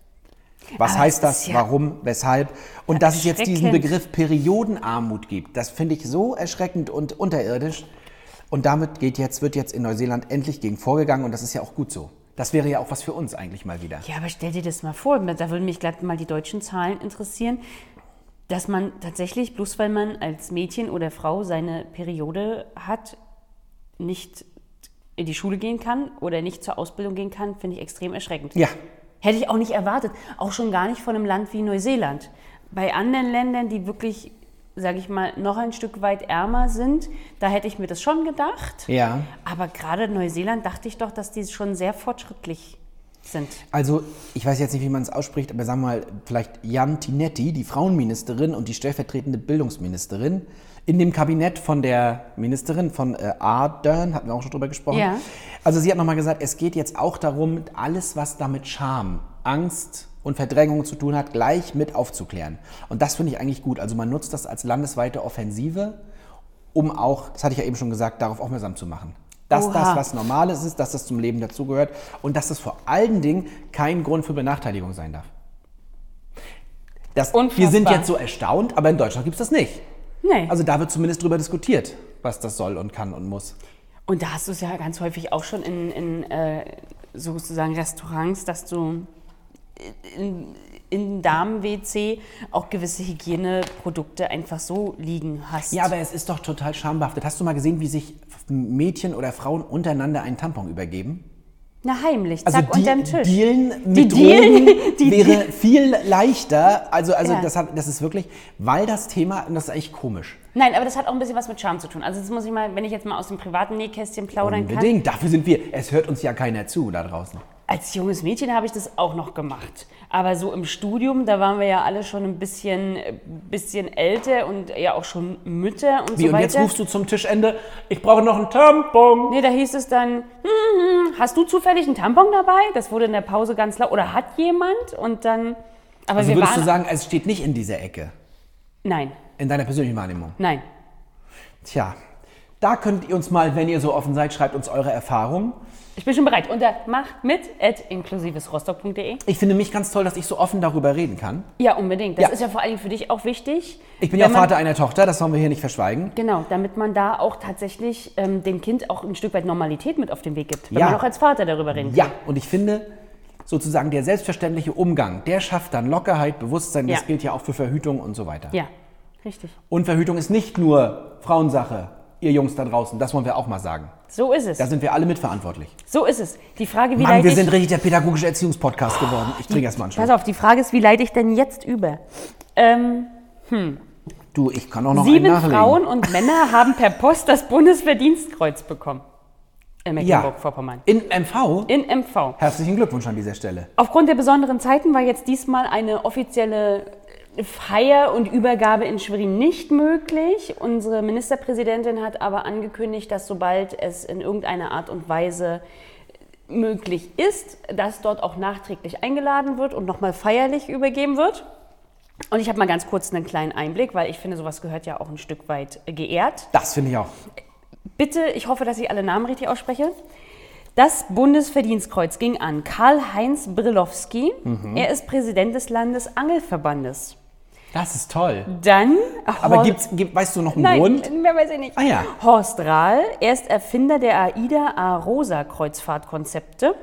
Speaker 2: Was
Speaker 3: Aber
Speaker 2: heißt
Speaker 3: das
Speaker 2: das?
Speaker 3: ist ja-
Speaker 2: Warum? Weshalb? Und dass es jetzt diesen
Speaker 3: Erschreckend.
Speaker 2: Begriff Periodenarmut gibt, das finde ich so erschreckend und unterirdisch. Und damit geht jetzt, wird jetzt in Neuseeland endlich gegen vorgegangen und das ist ja auch gut so. Das wäre ja auch was für uns eigentlich mal wieder.
Speaker 3: Ja, aber stell dir das mal vor, da würden mich glatt mal die deutschen Zahlen interessieren, dass man tatsächlich, bloß weil man als Mädchen oder Frau seine Periode hat, nicht in die Schule gehen kann oder nicht zur Ausbildung gehen kann, finde ich extrem erschreckend.
Speaker 2: Ja,
Speaker 3: Hätte ich auch nicht erwartet, auch schon gar nicht von einem Land wie Neuseeland. Bei anderen Ländern, die wirklich, sage ich mal, noch ein Stück weit ärmer sind, da hätte ich mir das schon gedacht.
Speaker 2: ja.
Speaker 3: Aber gerade Neuseeland dachte ich doch, dass die schon sehr fortschrittlich sind.
Speaker 2: Also, ich weiß jetzt nicht, wie man es ausspricht, aber sagen wir mal, vielleicht Jan Tinetti, die Frauenministerin und die stellvertretende Bildungsministerin, in dem Kabinett von der Ministerin von äh, Ardern, hatten wir auch schon drüber gesprochen.
Speaker 3: Ja.
Speaker 2: Also, sie hat nochmal gesagt, es geht jetzt auch darum, alles, was damit Scham, Angst und Verdrängung zu tun hat, gleich mit aufzuklären. Und das finde ich eigentlich gut. Also, man nutzt das als landesweite Offensive, um auch, das hatte ich ja eben schon gesagt, darauf aufmerksam zu machen dass
Speaker 3: Oha.
Speaker 2: das was Normales ist, dass das zum Leben dazugehört und dass das vor allen Dingen kein Grund für Benachteiligung sein darf. Das, wir
Speaker 3: Unfassbar.
Speaker 2: sind jetzt so erstaunt, aber in Deutschland gibt es das nicht.
Speaker 3: Nee.
Speaker 2: Also da wird zumindest drüber diskutiert, was das soll und kann und muss.
Speaker 3: Und da hast du es ja ganz häufig auch schon in, in äh, sozusagen Restaurants, dass du in, in Damen-WC auch gewisse Hygieneprodukte einfach so liegen hast.
Speaker 2: Ja, aber es ist doch total schambehaftet. Hast du mal gesehen, wie sich Mädchen oder Frauen untereinander einen Tampon übergeben?
Speaker 3: Na, heimlich,
Speaker 2: also
Speaker 3: zack, unterm Tisch.
Speaker 2: Dealen mit
Speaker 3: Die Dealen-
Speaker 2: Drogen
Speaker 3: die
Speaker 2: wäre viel leichter. Also, also
Speaker 3: Ja.
Speaker 2: das, hat, das ist wirklich, weil das Thema, und das ist eigentlich komisch.
Speaker 3: Nein, aber das hat auch ein bisschen was mit Charme zu tun. Also das muss ich mal, wenn ich jetzt mal aus dem privaten Nähkästchen plaudern Oh, kann.
Speaker 2: Unbedingt, dafür sind wir. Es hört uns ja keiner zu da draußen.
Speaker 3: Als junges Mädchen habe ich das auch noch gemacht. Aber so im Studium, da waren wir ja alle schon ein bisschen, äh, bisschen älter und ja auch schon Mütter und
Speaker 2: Wie,
Speaker 3: so
Speaker 2: und
Speaker 3: weiter.
Speaker 2: jetzt rufst du zum Tischende, ich brauche noch einen Tampon.
Speaker 3: Nee, da hieß es dann, "Hm, hm, hast du zufällig einen Tampon dabei? Das wurde in der Pause ganz laut. Oder hat jemand? Und dann, aber
Speaker 2: Also
Speaker 3: wir
Speaker 2: würdest
Speaker 3: waren...
Speaker 2: du sagen, es steht nicht in dieser Ecke,
Speaker 3: nein,
Speaker 2: in deiner persönlichen Wahrnehmung.
Speaker 3: nein.
Speaker 2: Tja, da könnt ihr uns mal, wenn ihr so offen seid, schreibt uns eure Erfahrungen.
Speaker 3: Ich bin schon bereit. Unter macht mit at inklusivesrostock.de.
Speaker 2: Ich finde mich ganz toll, dass ich so offen darüber reden kann.
Speaker 3: Ja, unbedingt. Das
Speaker 2: Ja.
Speaker 3: ist ja vor allen Dingen für dich auch wichtig.
Speaker 2: Ich bin
Speaker 3: wenn
Speaker 2: ja
Speaker 3: man-
Speaker 2: Vater einer Tochter, das wollen wir hier nicht verschweigen.
Speaker 3: Genau, damit man da auch tatsächlich ähm, dem Kind auch ein Stück weit Normalität mit auf den Weg gibt. Wenn
Speaker 2: Ja.
Speaker 3: man auch als Vater darüber reden
Speaker 2: Ja, und ich finde, sozusagen der selbstverständliche Umgang, der schafft dann Lockerheit, Bewusstsein. Das
Speaker 3: Ja.
Speaker 2: gilt ja auch für Verhütung und so weiter.
Speaker 3: kann. Ja, richtig.
Speaker 2: Und Verhütung ist nicht nur Frauensache, ihr Jungs da draußen. Das wollen wir auch mal sagen.
Speaker 3: So ist es.
Speaker 2: Da sind wir alle mitverantwortlich.
Speaker 3: so ist es. Die Frage, wie
Speaker 2: Mann,
Speaker 3: leite
Speaker 2: wir
Speaker 3: ich...
Speaker 2: sind richtig der pädagogische Erziehungspodcast geworden. Ich trinke erstmal einen
Speaker 3: Pass
Speaker 2: Schluck.
Speaker 3: auf, die Frage ist, wie leite ich denn jetzt über? Ähm,
Speaker 2: Du, ich kann auch noch
Speaker 3: Sieben
Speaker 2: einen Oh, nachlegen.
Speaker 3: Frauen und Männer haben per Post das Bundesverdienstkreuz bekommen. In Mecklenburg-Vorpommern.
Speaker 2: In MV?
Speaker 3: In MV.
Speaker 2: Herzlichen Glückwunsch an dieser Stelle.
Speaker 3: Aufgrund der besonderen Zeiten war jetzt diesmal eine offizielle Feier und Übergabe in Schwerin nicht möglich. Unsere Ministerpräsidentin hat aber angekündigt, dass sobald es in irgendeiner Art und Weise möglich ist, dass dort auch nachträglich eingeladen wird und nochmal feierlich übergeben wird. Und ich habe mal ganz kurz einen kleinen Einblick, weil ich finde, sowas gehört ja auch ein Stück weit geehrt.
Speaker 2: Das finde ich auch.
Speaker 3: Bitte, ich hoffe, dass ich alle Namen richtig ausspreche. Das Bundesverdienstkreuz ging an Karl-Heinz Brilowski.
Speaker 2: Mhm.
Speaker 3: Er ist Präsident des Landesangelverbandes.
Speaker 2: Das ist toll.
Speaker 3: Dann
Speaker 2: Aber
Speaker 3: Horst-
Speaker 2: gibt's, gibt, weißt du noch einen
Speaker 3: Nein,
Speaker 2: Grund?
Speaker 3: mehr weiß ich nicht.
Speaker 2: Ah ja.
Speaker 3: Horst Rahl, er ist Erfinder der AIDA-A-Rosa-Kreuzfahrtkonzepte.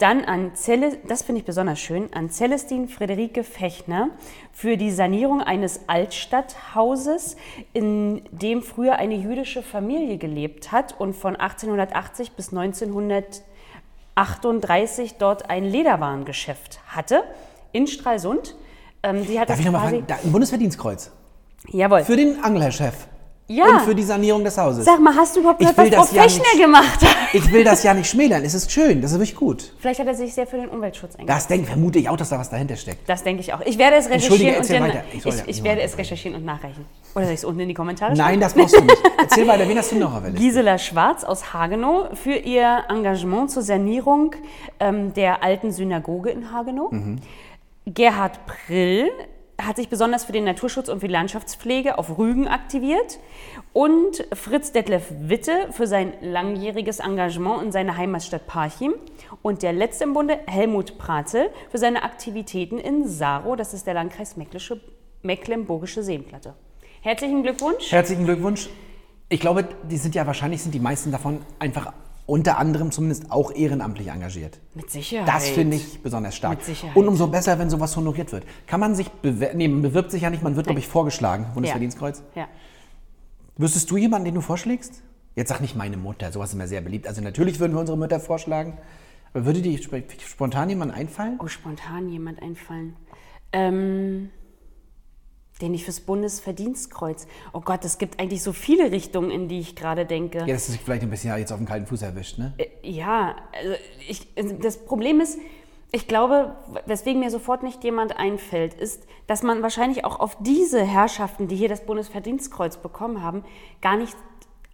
Speaker 3: Dann an Celle, das finde ich besonders schön, an Celestine Friederike Fechner für die Sanierung eines Altstadthauses, in dem früher eine jüdische Familie gelebt hat und von 1880 bis 1938 dort ein Lederwarengeschäft hatte in Stralsund. Ähm, die hat
Speaker 2: Darf
Speaker 3: das
Speaker 2: ich nochmal
Speaker 3: quasi-
Speaker 2: fragen? Da, ein Bundesverdienstkreuz.
Speaker 3: Jawohl.
Speaker 2: Für den Anglerchef.
Speaker 3: Ja.
Speaker 2: Und für die Sanierung des Hauses.
Speaker 3: Sag mal, hast du überhaupt
Speaker 2: Ich
Speaker 3: gehört,
Speaker 2: will
Speaker 3: was
Speaker 2: das
Speaker 3: Frau
Speaker 2: ja
Speaker 3: Fechner
Speaker 2: nicht.
Speaker 3: gemacht hat?
Speaker 2: Ich will das ja nicht schmälern. Es ist schön. Das ist wirklich gut.
Speaker 3: Vielleicht hat er sich sehr für den Umweltschutz eingesetzt.
Speaker 2: Das denkt, vermute ich auch, dass da was dahinter steckt.
Speaker 3: Das denke ich auch. Ich werde es
Speaker 2: Entschuldige,
Speaker 3: recherchieren und
Speaker 2: erzähl
Speaker 3: dann,
Speaker 2: weiter. Ich
Speaker 3: ich,
Speaker 2: soll ja-
Speaker 3: ich, werde es recherchieren und nachreichen. Oder soll ich es unten in die Kommentare schreiben?
Speaker 2: Nein, das brauchst du nicht. Erzähl weiter, wen hast du noch erwähnt?
Speaker 3: Gisela Schwarz aus Hagenow für ihr Engagement zur Sanierung ähm, der alten Synagoge in Hagenow. Gerhard Prill hat sich besonders für den Naturschutz und für die Landschaftspflege auf Rügen aktiviert. Und Fritz Detlef Witte für sein langjähriges Engagement in seiner Heimatstadt Parchim. Und der letzte im Bunde, Helmut Pratzel, für seine Aktivitäten in Saro, das ist der Landkreis Mecklische, Mecklenburgische Seenplatte. Herzlichen Glückwunsch.
Speaker 2: Herzlichen Glückwunsch. Ich glaube, die sind ja wahrscheinlich sind die meisten davon einfach unter anderem zumindest auch ehrenamtlich engagiert.
Speaker 3: Mit Sicherheit.
Speaker 2: Das finde ich besonders stark.
Speaker 3: halt. Mit Sicherheit.
Speaker 2: Und umso besser, wenn sowas honoriert wird. Kann man sich bewerben? Nee, man bewirbt sich ja nicht, man wird, glaube ich, vorgeschlagen. Bundesverdienstkreuz.
Speaker 3: Ja.
Speaker 2: Wüsstest du jemanden, den du vorschlägst? Jetzt sag nicht meine Mutter, sowas ist mir sehr beliebt. Also natürlich würden wir unsere Mütter vorschlagen. Aber würde dir sp spontan jemand einfallen?
Speaker 3: Oh, spontan jemand einfallen. Ähm, Den ich fürs Bundesverdienstkreuz. Oh Gott, es gibt eigentlich so viele Richtungen, in die ich gerade denke.
Speaker 2: Ja, das ist vielleicht ein bisschen jetzt auf den kalten Fuß erwischt, ne?
Speaker 3: Äh, Ja, also ich, also das Problem ist, ich glaube, weswegen mir sofort nicht jemand einfällt, ist, dass man wahrscheinlich auch auf diese Herrschaften, die hier das Bundesverdienstkreuz bekommen haben, gar nicht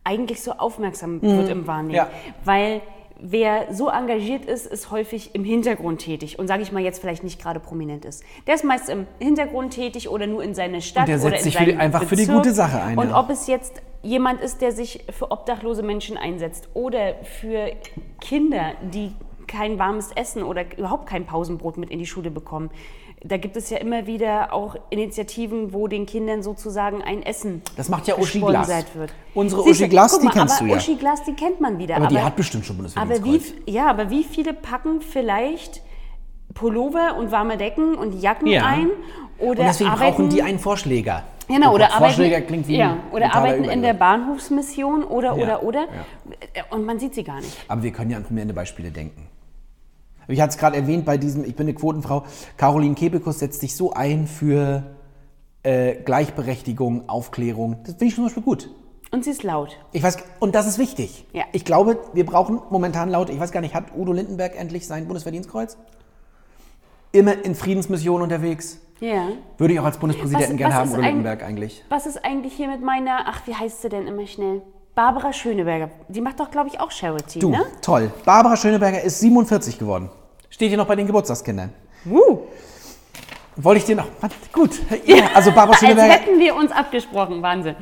Speaker 3: eigentlich so aufmerksam wird im Wahrnehmen.
Speaker 2: Mhm. Ja.
Speaker 3: Weil wer so engagiert ist, ist häufig im Hintergrund tätig und sage ich mal jetzt vielleicht nicht gerade prominent ist. Der ist meist im Hintergrund tätig oder nur in seine Stadt
Speaker 2: Und der setzt
Speaker 3: oder in
Speaker 2: sich für die-
Speaker 3: seinen
Speaker 2: einfach für die
Speaker 3: Bezirk.
Speaker 2: gute Sache ein, ne?
Speaker 3: Und
Speaker 2: ja.
Speaker 3: ob es jetzt jemand ist, der sich für obdachlose Menschen einsetzt oder für Kinder, die kein warmes Essen oder überhaupt kein Pausenbrot mit in die Schule bekommen. Da gibt es ja immer wieder auch Initiativen, wo den Kindern sozusagen ein Essen
Speaker 2: Das macht ja Uschi Glas.
Speaker 3: gesponsert wird.
Speaker 2: Unsere
Speaker 3: Siehst du,
Speaker 2: Uschi Glas,
Speaker 3: guck
Speaker 2: die
Speaker 3: mal,
Speaker 2: kennst
Speaker 3: aber
Speaker 2: du ja.
Speaker 3: Uschi Glas, die kennt man wieder.
Speaker 2: Aber die hat bestimmt schon
Speaker 3: aber
Speaker 2: Bundesverdienstkreuz.
Speaker 3: wie, ja, aber wie viele packen vielleicht Pullover und warme Decken und Jacken
Speaker 2: Ja.
Speaker 3: ein? Oder
Speaker 2: Und deswegen
Speaker 3: arbeiten,
Speaker 2: brauchen die einen Vorschläger.
Speaker 3: Genau,
Speaker 2: Oh
Speaker 3: oder
Speaker 2: Gott,
Speaker 3: arbeiten,
Speaker 2: Vorschläger klingt wie
Speaker 3: ja,
Speaker 2: ein
Speaker 3: oder
Speaker 2: totaler
Speaker 3: arbeiten in der
Speaker 2: Übergriff.
Speaker 3: Bahnhofsmission oder, oder, oder.
Speaker 2: ja.
Speaker 3: Und man sieht sie gar nicht.
Speaker 2: Aber wir können ja an prominente Beispiele denken. Ich hatte es gerade erwähnt bei diesem, ich bin eine Quotenfrau, Caroline Kebekus setzt sich so ein für äh, Gleichberechtigung, Aufklärung. Das finde ich zum Beispiel gut.
Speaker 3: Und sie ist laut.
Speaker 2: Ich weiß, und das ist wichtig.
Speaker 3: Ja.
Speaker 2: Ich glaube, wir brauchen momentan laut, ich weiß gar nicht, hat Udo Lindenberg endlich sein Bundesverdienstkreuz? Immer in Friedensmissionen unterwegs.
Speaker 3: Ja.
Speaker 2: Würde ich auch als Bundespräsidenten
Speaker 3: Was-
Speaker 2: gerne
Speaker 3: was
Speaker 2: haben,
Speaker 3: ist
Speaker 2: Udo
Speaker 3: ein-
Speaker 2: Lindenberg eigentlich.
Speaker 3: Was ist eigentlich hier mit meiner, ach, wie heißt sie denn immer schnell? Barbara Schöneberger. Die macht doch, glaube ich, auch Charity,
Speaker 2: Du,
Speaker 3: ne?
Speaker 2: toll. Barbara Schöneberger ist 47 geworden. Steht hier noch bei den Geburtstagskindern. Wollte ich dir noch. Mann, Gut. Ja, also Barbara
Speaker 3: Als
Speaker 2: Schöneberger,
Speaker 3: hätten wir uns abgesprochen, Wahnsinn.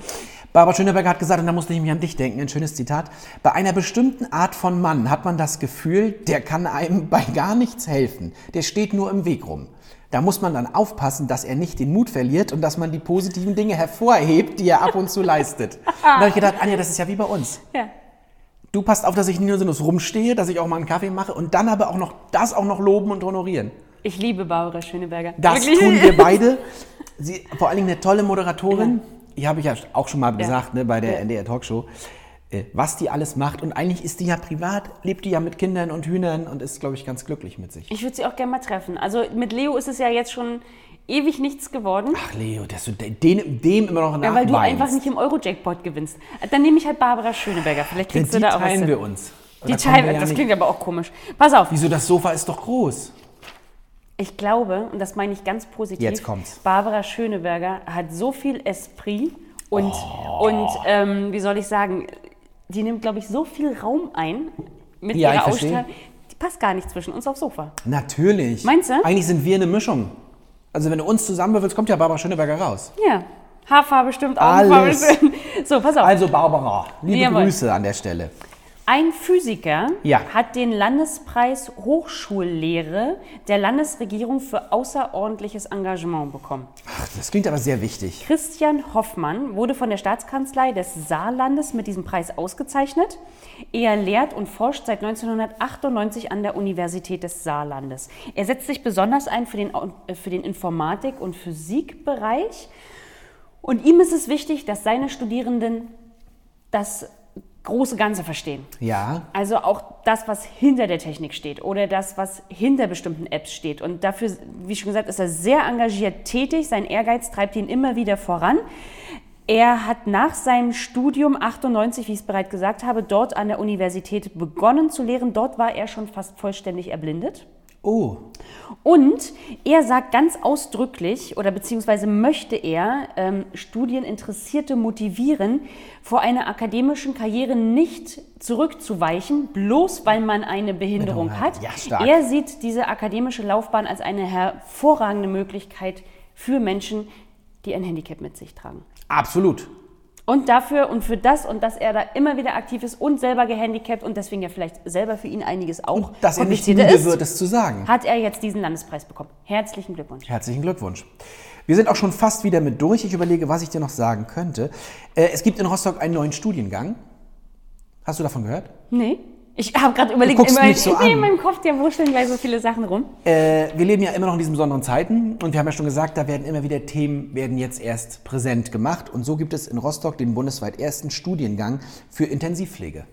Speaker 2: Barbara Schöneberger hat gesagt, und da musste ich mich an dich denken, ein schönes Zitat. Bei einer bestimmten Art von Mann hat man das Gefühl, der kann einem bei gar nichts helfen. Der steht nur im Weg rum. Da muss man dann aufpassen, dass er nicht den Mut verliert und dass man die positiven Dinge hervorhebt, die er ab und zu leistet. Und da habe ich gedacht, Anja, das ist ja wie bei uns.
Speaker 3: Ja.
Speaker 2: Du passt auf, dass ich nicht nur sinnlos rumstehe, dass ich auch mal einen Kaffee mache und dann aber auch noch das auch noch loben und honorieren.
Speaker 3: Ich liebe Barbara Schöneberger.
Speaker 2: Das
Speaker 3: Wirklich.
Speaker 2: tun wir beide. Sie, vor allen Dingen eine tolle Moderatorin. Die habe ich ja auch schon mal gesagt ne, bei der NDR Talkshow, äh, was die alles macht. Und eigentlich ist die ja privat, lebt die ja mit Kindern und Hühnern und ist, glaube ich, ganz glücklich mit sich.
Speaker 3: Ich würde sie auch gerne mal treffen. Also mit Leo ist es ja jetzt schon ewig nichts geworden.
Speaker 2: Ach Leo, dass du de- den, dem immer noch
Speaker 3: Ja, weil du einfach
Speaker 2: nachweinst.
Speaker 3: nicht im Euro-Jackpot gewinnst. Dann nehme ich halt Barbara Schöneberger. Vielleicht
Speaker 2: Ja,
Speaker 3: kriegst
Speaker 2: die
Speaker 3: du da auch
Speaker 2: teilen
Speaker 3: was.
Speaker 2: wir uns.
Speaker 3: Die
Speaker 2: Da kommen wir
Speaker 3: teilen,
Speaker 2: ja
Speaker 3: das
Speaker 2: nicht-
Speaker 3: klingt aber auch komisch. Pass auf,
Speaker 2: Wieso, das Sofa ist doch groß.
Speaker 3: ich glaube, und das meine ich ganz positiv,
Speaker 2: Jetzt kommt's.
Speaker 3: Barbara Schöneberger hat so viel Esprit und,
Speaker 2: Oh.
Speaker 3: und ähm, wie soll ich sagen, die nimmt, glaube ich, so viel Raum ein mit
Speaker 2: Ja, ich
Speaker 3: ihrer
Speaker 2: verstehe.
Speaker 3: Ausstrahlung. Die passt gar nicht zwischen uns aufs Sofa.
Speaker 2: Natürlich.
Speaker 3: Meinst du?
Speaker 2: Eigentlich sind wir eine Mischung. Also wenn du uns zusammenwürfelst, kommt ja Barbara Schöneberger raus.
Speaker 3: Ja, Haarfarbe stimmt, Augenfarbe
Speaker 2: Alles.
Speaker 3: stimmt. So, pass auf.
Speaker 2: Also Barbara, liebe
Speaker 3: Jawohl.
Speaker 2: Grüße an der Stelle.
Speaker 3: Ein Physiker
Speaker 2: Ja.
Speaker 3: hat den Landespreis Hochschullehre der Landesregierung für außerordentliches Engagement bekommen.
Speaker 2: Ach, das klingt aber sehr wichtig.
Speaker 3: Christian Hoffmann wurde von der Staatskanzlei des Saarlandes mit diesem Preis ausgezeichnet. Er lehrt und forscht seit 1998 an der Universität des Saarlandes. Er setzt sich besonders ein für den, Au- äh, für den Informatik- und Physikbereich. Und ihm ist es wichtig, dass seine Studierenden das große Ganze verstehen.
Speaker 2: Ja,
Speaker 3: Also auch das, was hinter der Technik steht oder das, was hinter bestimmten Apps steht. Und dafür, wie schon gesagt, ist er sehr engagiert tätig. Sein Ehrgeiz treibt ihn immer wieder voran. Er hat nach seinem Studium 98, wie ich es bereits gesagt habe, dort an der Universität begonnen zu lehren. Dort war er schon fast vollständig erblindet.
Speaker 2: Oh,
Speaker 3: Und er sagt ganz ausdrücklich oder beziehungsweise möchte er ähm, Studieninteressierte motivieren, vor einer akademischen Karriere nicht zurückzuweichen, bloß weil man eine Behinderung
Speaker 2: Behinderung hat.
Speaker 3: hat.
Speaker 2: Ja, stark.
Speaker 3: Er sieht diese akademische Laufbahn als eine hervorragende Möglichkeit für Menschen, die ein Handicap mit sich tragen.
Speaker 2: absolut.
Speaker 3: Und dafür und für das und dass er da immer wieder aktiv ist und selber gehandicapt und deswegen ja vielleicht selber für ihn einiges auch
Speaker 2: Dass er nicht
Speaker 3: komplizierter
Speaker 2: müde
Speaker 3: ist,
Speaker 2: wird, es zu sagen.
Speaker 3: hat er jetzt diesen Landespreis bekommen. Herzlichen Glückwunsch.
Speaker 2: Herzlichen Glückwunsch. Wir sind auch schon fast wieder mit durch. Ich überlege, was ich dir noch sagen könnte. Äh, es gibt in Rostock einen neuen Studiengang. Hast du davon gehört?
Speaker 3: Nee. Ich habe gerade überlegt,
Speaker 2: guckst
Speaker 3: in meinem-
Speaker 2: mich so
Speaker 3: nee,
Speaker 2: an.
Speaker 3: in meinem Kopf, der wurschteln gleich so viele Sachen rum.
Speaker 2: Äh, wir leben ja immer noch in diesen besonderen Zeiten und wir haben ja schon gesagt, da werden immer wieder Themen, werden jetzt erst präsent gemacht. Und so gibt es in Rostock den bundesweit ersten Studiengang für Intensivpflege.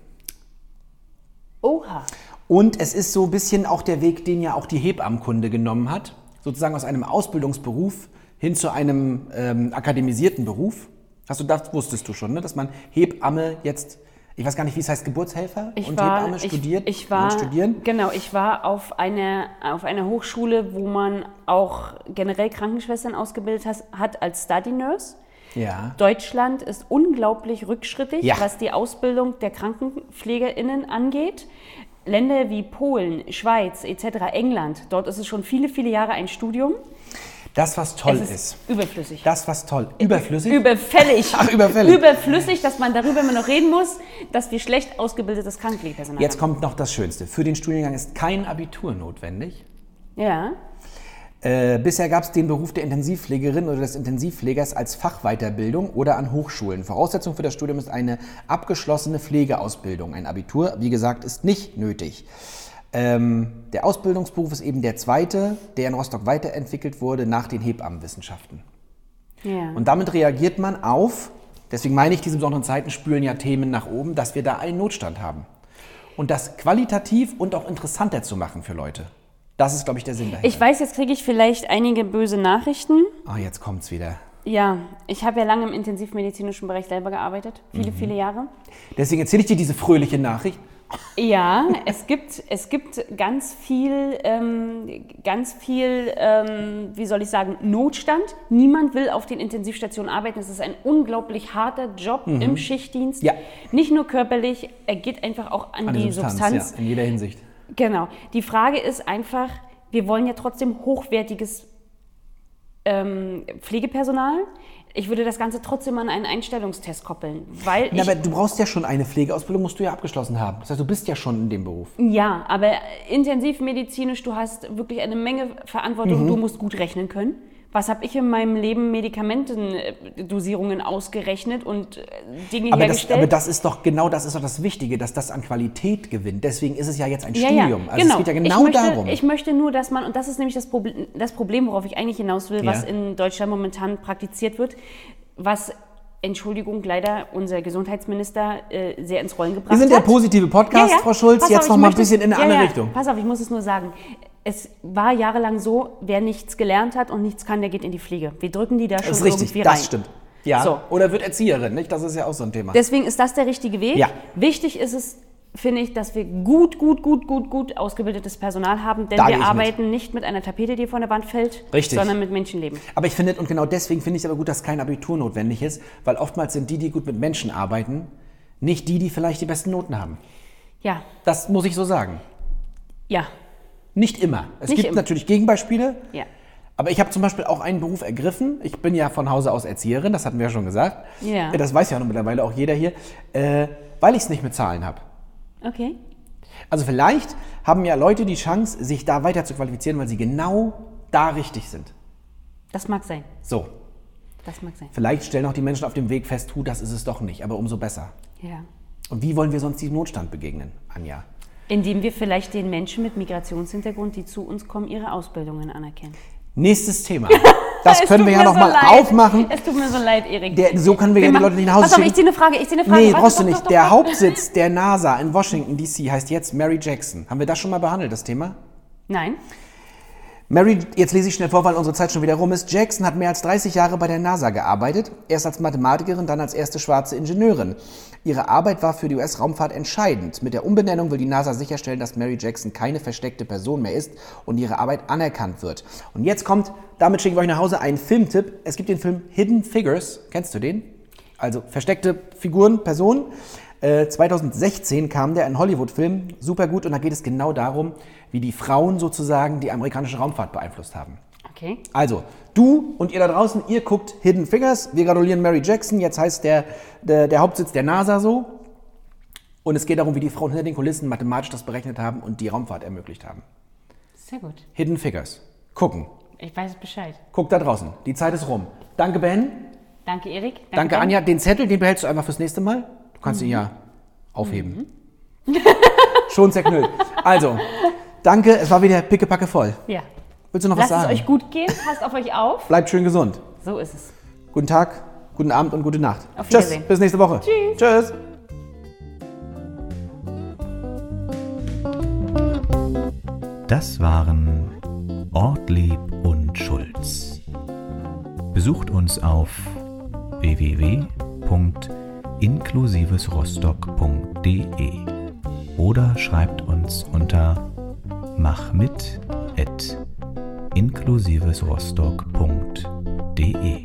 Speaker 3: Oha.
Speaker 2: Und es ist so ein bisschen auch der Weg, den ja auch die Hebammenkunde genommen hat. Sozusagen aus einem Ausbildungsberuf hin zu einem ähm, akademisierten Beruf. Hast du, das wusstest du schon, ne? dass man Hebamme jetzt, ich weiß gar nicht, wie es heißt, Geburtshelfer
Speaker 3: Ich
Speaker 2: und
Speaker 3: war,
Speaker 2: Hebamme studiert
Speaker 3: Ich, ich war,
Speaker 2: und studieren.
Speaker 3: Genau, ich war auf einer auf einer Hochschule, wo man auch generell Krankenschwestern ausgebildet has, hat als Study Nurse.
Speaker 2: Ja.
Speaker 3: Deutschland ist unglaublich rückschrittig,
Speaker 2: Ja.
Speaker 3: was die Ausbildung der KrankenpflegerInnen angeht. Länder wie Polen, Schweiz etc., England, dort ist es schon viele, viele Jahre ein Studium.
Speaker 2: Das, was toll
Speaker 3: es
Speaker 2: ist,
Speaker 3: ist überflüssig.
Speaker 2: Das, was toll. Überflüssig?
Speaker 3: Überfällig.
Speaker 2: Ach, überfällig.
Speaker 3: Überflüssig, dass man darüber immer noch reden muss, dass wir schlecht ausgebildetes Krankenpflegepersonal
Speaker 2: Jetzt
Speaker 3: haben.
Speaker 2: kommt noch das Schönste. Für den Studiengang ist kein Abitur notwendig.
Speaker 3: Ja.
Speaker 2: Äh, bisher gab es den Beruf der Intensivpflegerin oder des Intensivpflegers als Fachweiterbildung oder an Hochschulen. Voraussetzung für das Studium ist eine abgeschlossene Pflegeausbildung. Ein Abitur, wie gesagt, ist nicht nötig. Ähm, der Ausbildungsberuf ist eben der zweite, der in Rostock weiterentwickelt wurde nach den Hebammenwissenschaften.
Speaker 3: ja.
Speaker 2: Und damit reagiert man auf, deswegen meine ich, diese besonderen Zeiten spülen ja Themen nach oben, dass wir da einen Notstand haben. Und das qualitativ und auch interessanter zu machen für Leute. Das ist, glaube ich, der Sinn dahinter.
Speaker 3: Ich weiß, jetzt kriege ich vielleicht einige böse Nachrichten.
Speaker 2: Ah, jetzt kommt's wieder.
Speaker 3: Ja, ich habe ja lange im intensivmedizinischen Bereich selber gearbeitet,
Speaker 2: Mhm.
Speaker 3: viele, viele Jahre.
Speaker 2: Deswegen erzähle ich dir diese fröhliche Nachricht.
Speaker 3: Ja, es gibt, es gibt ganz viel, ähm, ganz viel, ähm, wie soll ich sagen, Notstand. Niemand will auf den Intensivstationen arbeiten. Es ist ein unglaublich harter Job im Schichtdienst.
Speaker 2: Mhm. Ja.
Speaker 3: Nicht nur körperlich, er geht einfach auch an,
Speaker 2: An
Speaker 3: die
Speaker 2: der
Speaker 3: Substanz.
Speaker 2: Ja, in jeder Hinsicht.
Speaker 3: Genau. Die Frage ist einfach, wir wollen ja trotzdem hochwertiges ähm, Pflegepersonal. Ich würde das Ganze trotzdem an einen Einstellungstest koppeln, weil
Speaker 2: Na,
Speaker 3: ich,
Speaker 2: aber du brauchst ja schon eine Pflegeausbildung, musst du ja abgeschlossen haben. Das heißt, du bist ja schon in dem Beruf.
Speaker 3: ja, aber intensivmedizinisch, du hast wirklich eine Menge
Speaker 2: Mhm.
Speaker 3: Verantwortung, du musst gut rechnen können. Was habe ich in meinem Leben Medikamentendosierungen ausgerechnet und äh, Dinge
Speaker 2: Aber das,
Speaker 3: hergestellt?
Speaker 2: aber das ist doch genau das ist doch das Wichtige, dass das an Qualität gewinnt. Deswegen ist es ja jetzt ein
Speaker 3: Ja, ja,
Speaker 2: Studium. Also es geht ja genau
Speaker 3: ich möchte,
Speaker 2: darum.
Speaker 3: Ich möchte nur, dass man, und das ist nämlich das Problem, das Problem worauf ich eigentlich hinaus will, was
Speaker 2: Ja.
Speaker 3: in Deutschland momentan praktiziert wird, was, Entschuldigung, leider unser Gesundheitsminister äh, sehr ins Rollen gebracht
Speaker 2: Wir
Speaker 3: hat.
Speaker 2: sind der positive Podcast, Frau Schulz.
Speaker 3: Pass auf,
Speaker 2: jetzt
Speaker 3: ich
Speaker 2: noch mal ein
Speaker 3: möchte-
Speaker 2: bisschen in eine
Speaker 3: ja,
Speaker 2: andere
Speaker 3: ja.
Speaker 2: Richtung.
Speaker 3: Pass auf, ich muss es nur sagen. Es war jahrelang so, wer nichts gelernt hat und nichts kann, der geht in die Pflege. Wir drücken die da schon
Speaker 2: Das ist richtig,
Speaker 3: irgendwie
Speaker 2: das
Speaker 3: rein.
Speaker 2: stimmt. Ja.
Speaker 3: So.
Speaker 2: Oder wird Erzieherin, nicht? Das ist ja auch so ein Thema.
Speaker 3: Deswegen ist das der richtige Weg.
Speaker 2: Ja.
Speaker 3: Wichtig ist es, finde ich, dass wir gut, gut, gut, gut, gut ausgebildetes Personal haben, denn
Speaker 2: Da gehe ich
Speaker 3: wir
Speaker 2: mit.
Speaker 3: arbeiten nicht mit einer Tapete, die von der Wand fällt,
Speaker 2: Richtig.
Speaker 3: sondern mit Menschenleben.
Speaker 2: aber ich finde, und genau deswegen finde ich es aber gut, dass kein Abitur notwendig ist, weil oftmals sind die, die gut mit Menschen arbeiten, nicht die, die vielleicht die besten Noten haben.
Speaker 3: Ja,
Speaker 2: Das muss ich so sagen.
Speaker 3: ja,
Speaker 2: Nicht immer. Es
Speaker 3: Nicht
Speaker 2: gibt
Speaker 3: immer.
Speaker 2: natürlich Gegenbeispiele,
Speaker 3: ja.
Speaker 2: aber ich habe zum Beispiel auch einen Beruf ergriffen. Ich bin ja von Hause aus Erzieherin, das hatten wir ja schon gesagt. Äh,
Speaker 3: Ja.
Speaker 2: Das weiß ja nun mittlerweile auch jeder hier, äh, weil ich es nicht mit Zahlen habe.
Speaker 3: Okay.
Speaker 2: Also vielleicht haben ja Leute die Chance, sich da weiter zu qualifizieren, weil sie genau da richtig sind.
Speaker 3: Das mag sein.
Speaker 2: So,
Speaker 3: Das mag sein.
Speaker 2: vielleicht stellen auch die Menschen auf dem Weg fest, hu, das ist es doch nicht, aber umso besser.
Speaker 3: Ja.
Speaker 2: Und wie wollen wir sonst diesem Notstand begegnen, Anja?
Speaker 3: Indem wir vielleicht den Menschen mit Migrationshintergrund, die zu uns kommen, ihre Ausbildungen anerkennen.
Speaker 2: Nächstes Thema. Das
Speaker 3: Es
Speaker 2: können
Speaker 3: tut
Speaker 2: wir ja
Speaker 3: mir
Speaker 2: noch
Speaker 3: so
Speaker 2: mal
Speaker 3: leid.
Speaker 2: aufmachen.
Speaker 3: Es tut mir so leid, Erik.
Speaker 2: Der, so können wir, ja die
Speaker 3: machen-
Speaker 2: Leute nicht nach Hause
Speaker 3: Pass auf,
Speaker 2: schicken.
Speaker 3: ich ziehe eine Frage, ich ziehe eine Frage.
Speaker 2: Nee,
Speaker 3: Warte,
Speaker 2: brauchst
Speaker 3: doch,
Speaker 2: du
Speaker 3: doch,
Speaker 2: nicht.
Speaker 3: doch,
Speaker 2: der
Speaker 3: doch.
Speaker 2: Hauptsitz der NASA in Washington DC heißt jetzt Mary Jackson. Haben wir das schon mal behandelt, das Thema?
Speaker 3: Nein.
Speaker 2: Mary, jetzt lese ich schnell vor, weil unsere Zeit schon wieder rum ist. Jackson hat mehr als 30 Jahre bei der NASA gearbeitet. Erst als Mathematikerin, dann als erste schwarze Ingenieurin. Ihre Arbeit war für die US-Raumfahrt entscheidend. Mit der Umbenennung will die NASA sicherstellen, dass Mary Jackson keine versteckte Person mehr ist und ihre Arbeit anerkannt wird. Und jetzt kommt, damit schicken wir euch nach Hause einen Filmtipp. Es gibt den Film Hidden Figures. Kennst du den? Also versteckte Figuren, Personen. Äh, 2016 kam der, ein Hollywood-Film, super gut, und da geht es genau darum, wie die Frauen sozusagen die amerikanische Raumfahrt beeinflusst haben.
Speaker 3: Okay.
Speaker 2: Also, du und ihr da draußen, ihr guckt Hidden Figures, wir gratulieren Mary Jackson, jetzt heißt der, der, der Hauptsitz der NASA so. Und es geht darum, wie die Frauen hinter den Kulissen mathematisch das berechnet haben und die Raumfahrt ermöglicht haben.
Speaker 3: Sehr gut.
Speaker 2: Hidden Figures. Gucken.
Speaker 3: Ich weiß Bescheid.
Speaker 2: Guckt da draußen. Die Zeit ist rum. Danke, Ben.
Speaker 3: Danke, Mhm. Erik.
Speaker 2: Danke,
Speaker 3: Ben.
Speaker 2: Anja. Den Zettel, den behältst du einfach fürs nächste Mal. Du kannst ihn ja aufheben.
Speaker 3: Mhm.
Speaker 2: Schon zerknüllt. Also, danke. Es war wieder pickepacke voll.
Speaker 3: Ja.
Speaker 2: Willst du noch
Speaker 3: Lasst
Speaker 2: was
Speaker 3: es
Speaker 2: sagen?
Speaker 3: euch gut gehen, passt auf euch auf.
Speaker 2: Bleibt schön gesund.
Speaker 3: So ist es.
Speaker 2: Guten Tag, guten Abend und gute Nacht.
Speaker 3: Auf
Speaker 2: Tschüss.
Speaker 3: Wiedersehen.
Speaker 2: Bis nächste Woche.
Speaker 3: Tschüss.
Speaker 2: Tschüss.
Speaker 1: Das waren Ortlieb und Schulz. Besucht uns auf www.inklusivesrostock.de oder schreibt uns unter machmit@inklusivesrostock.de.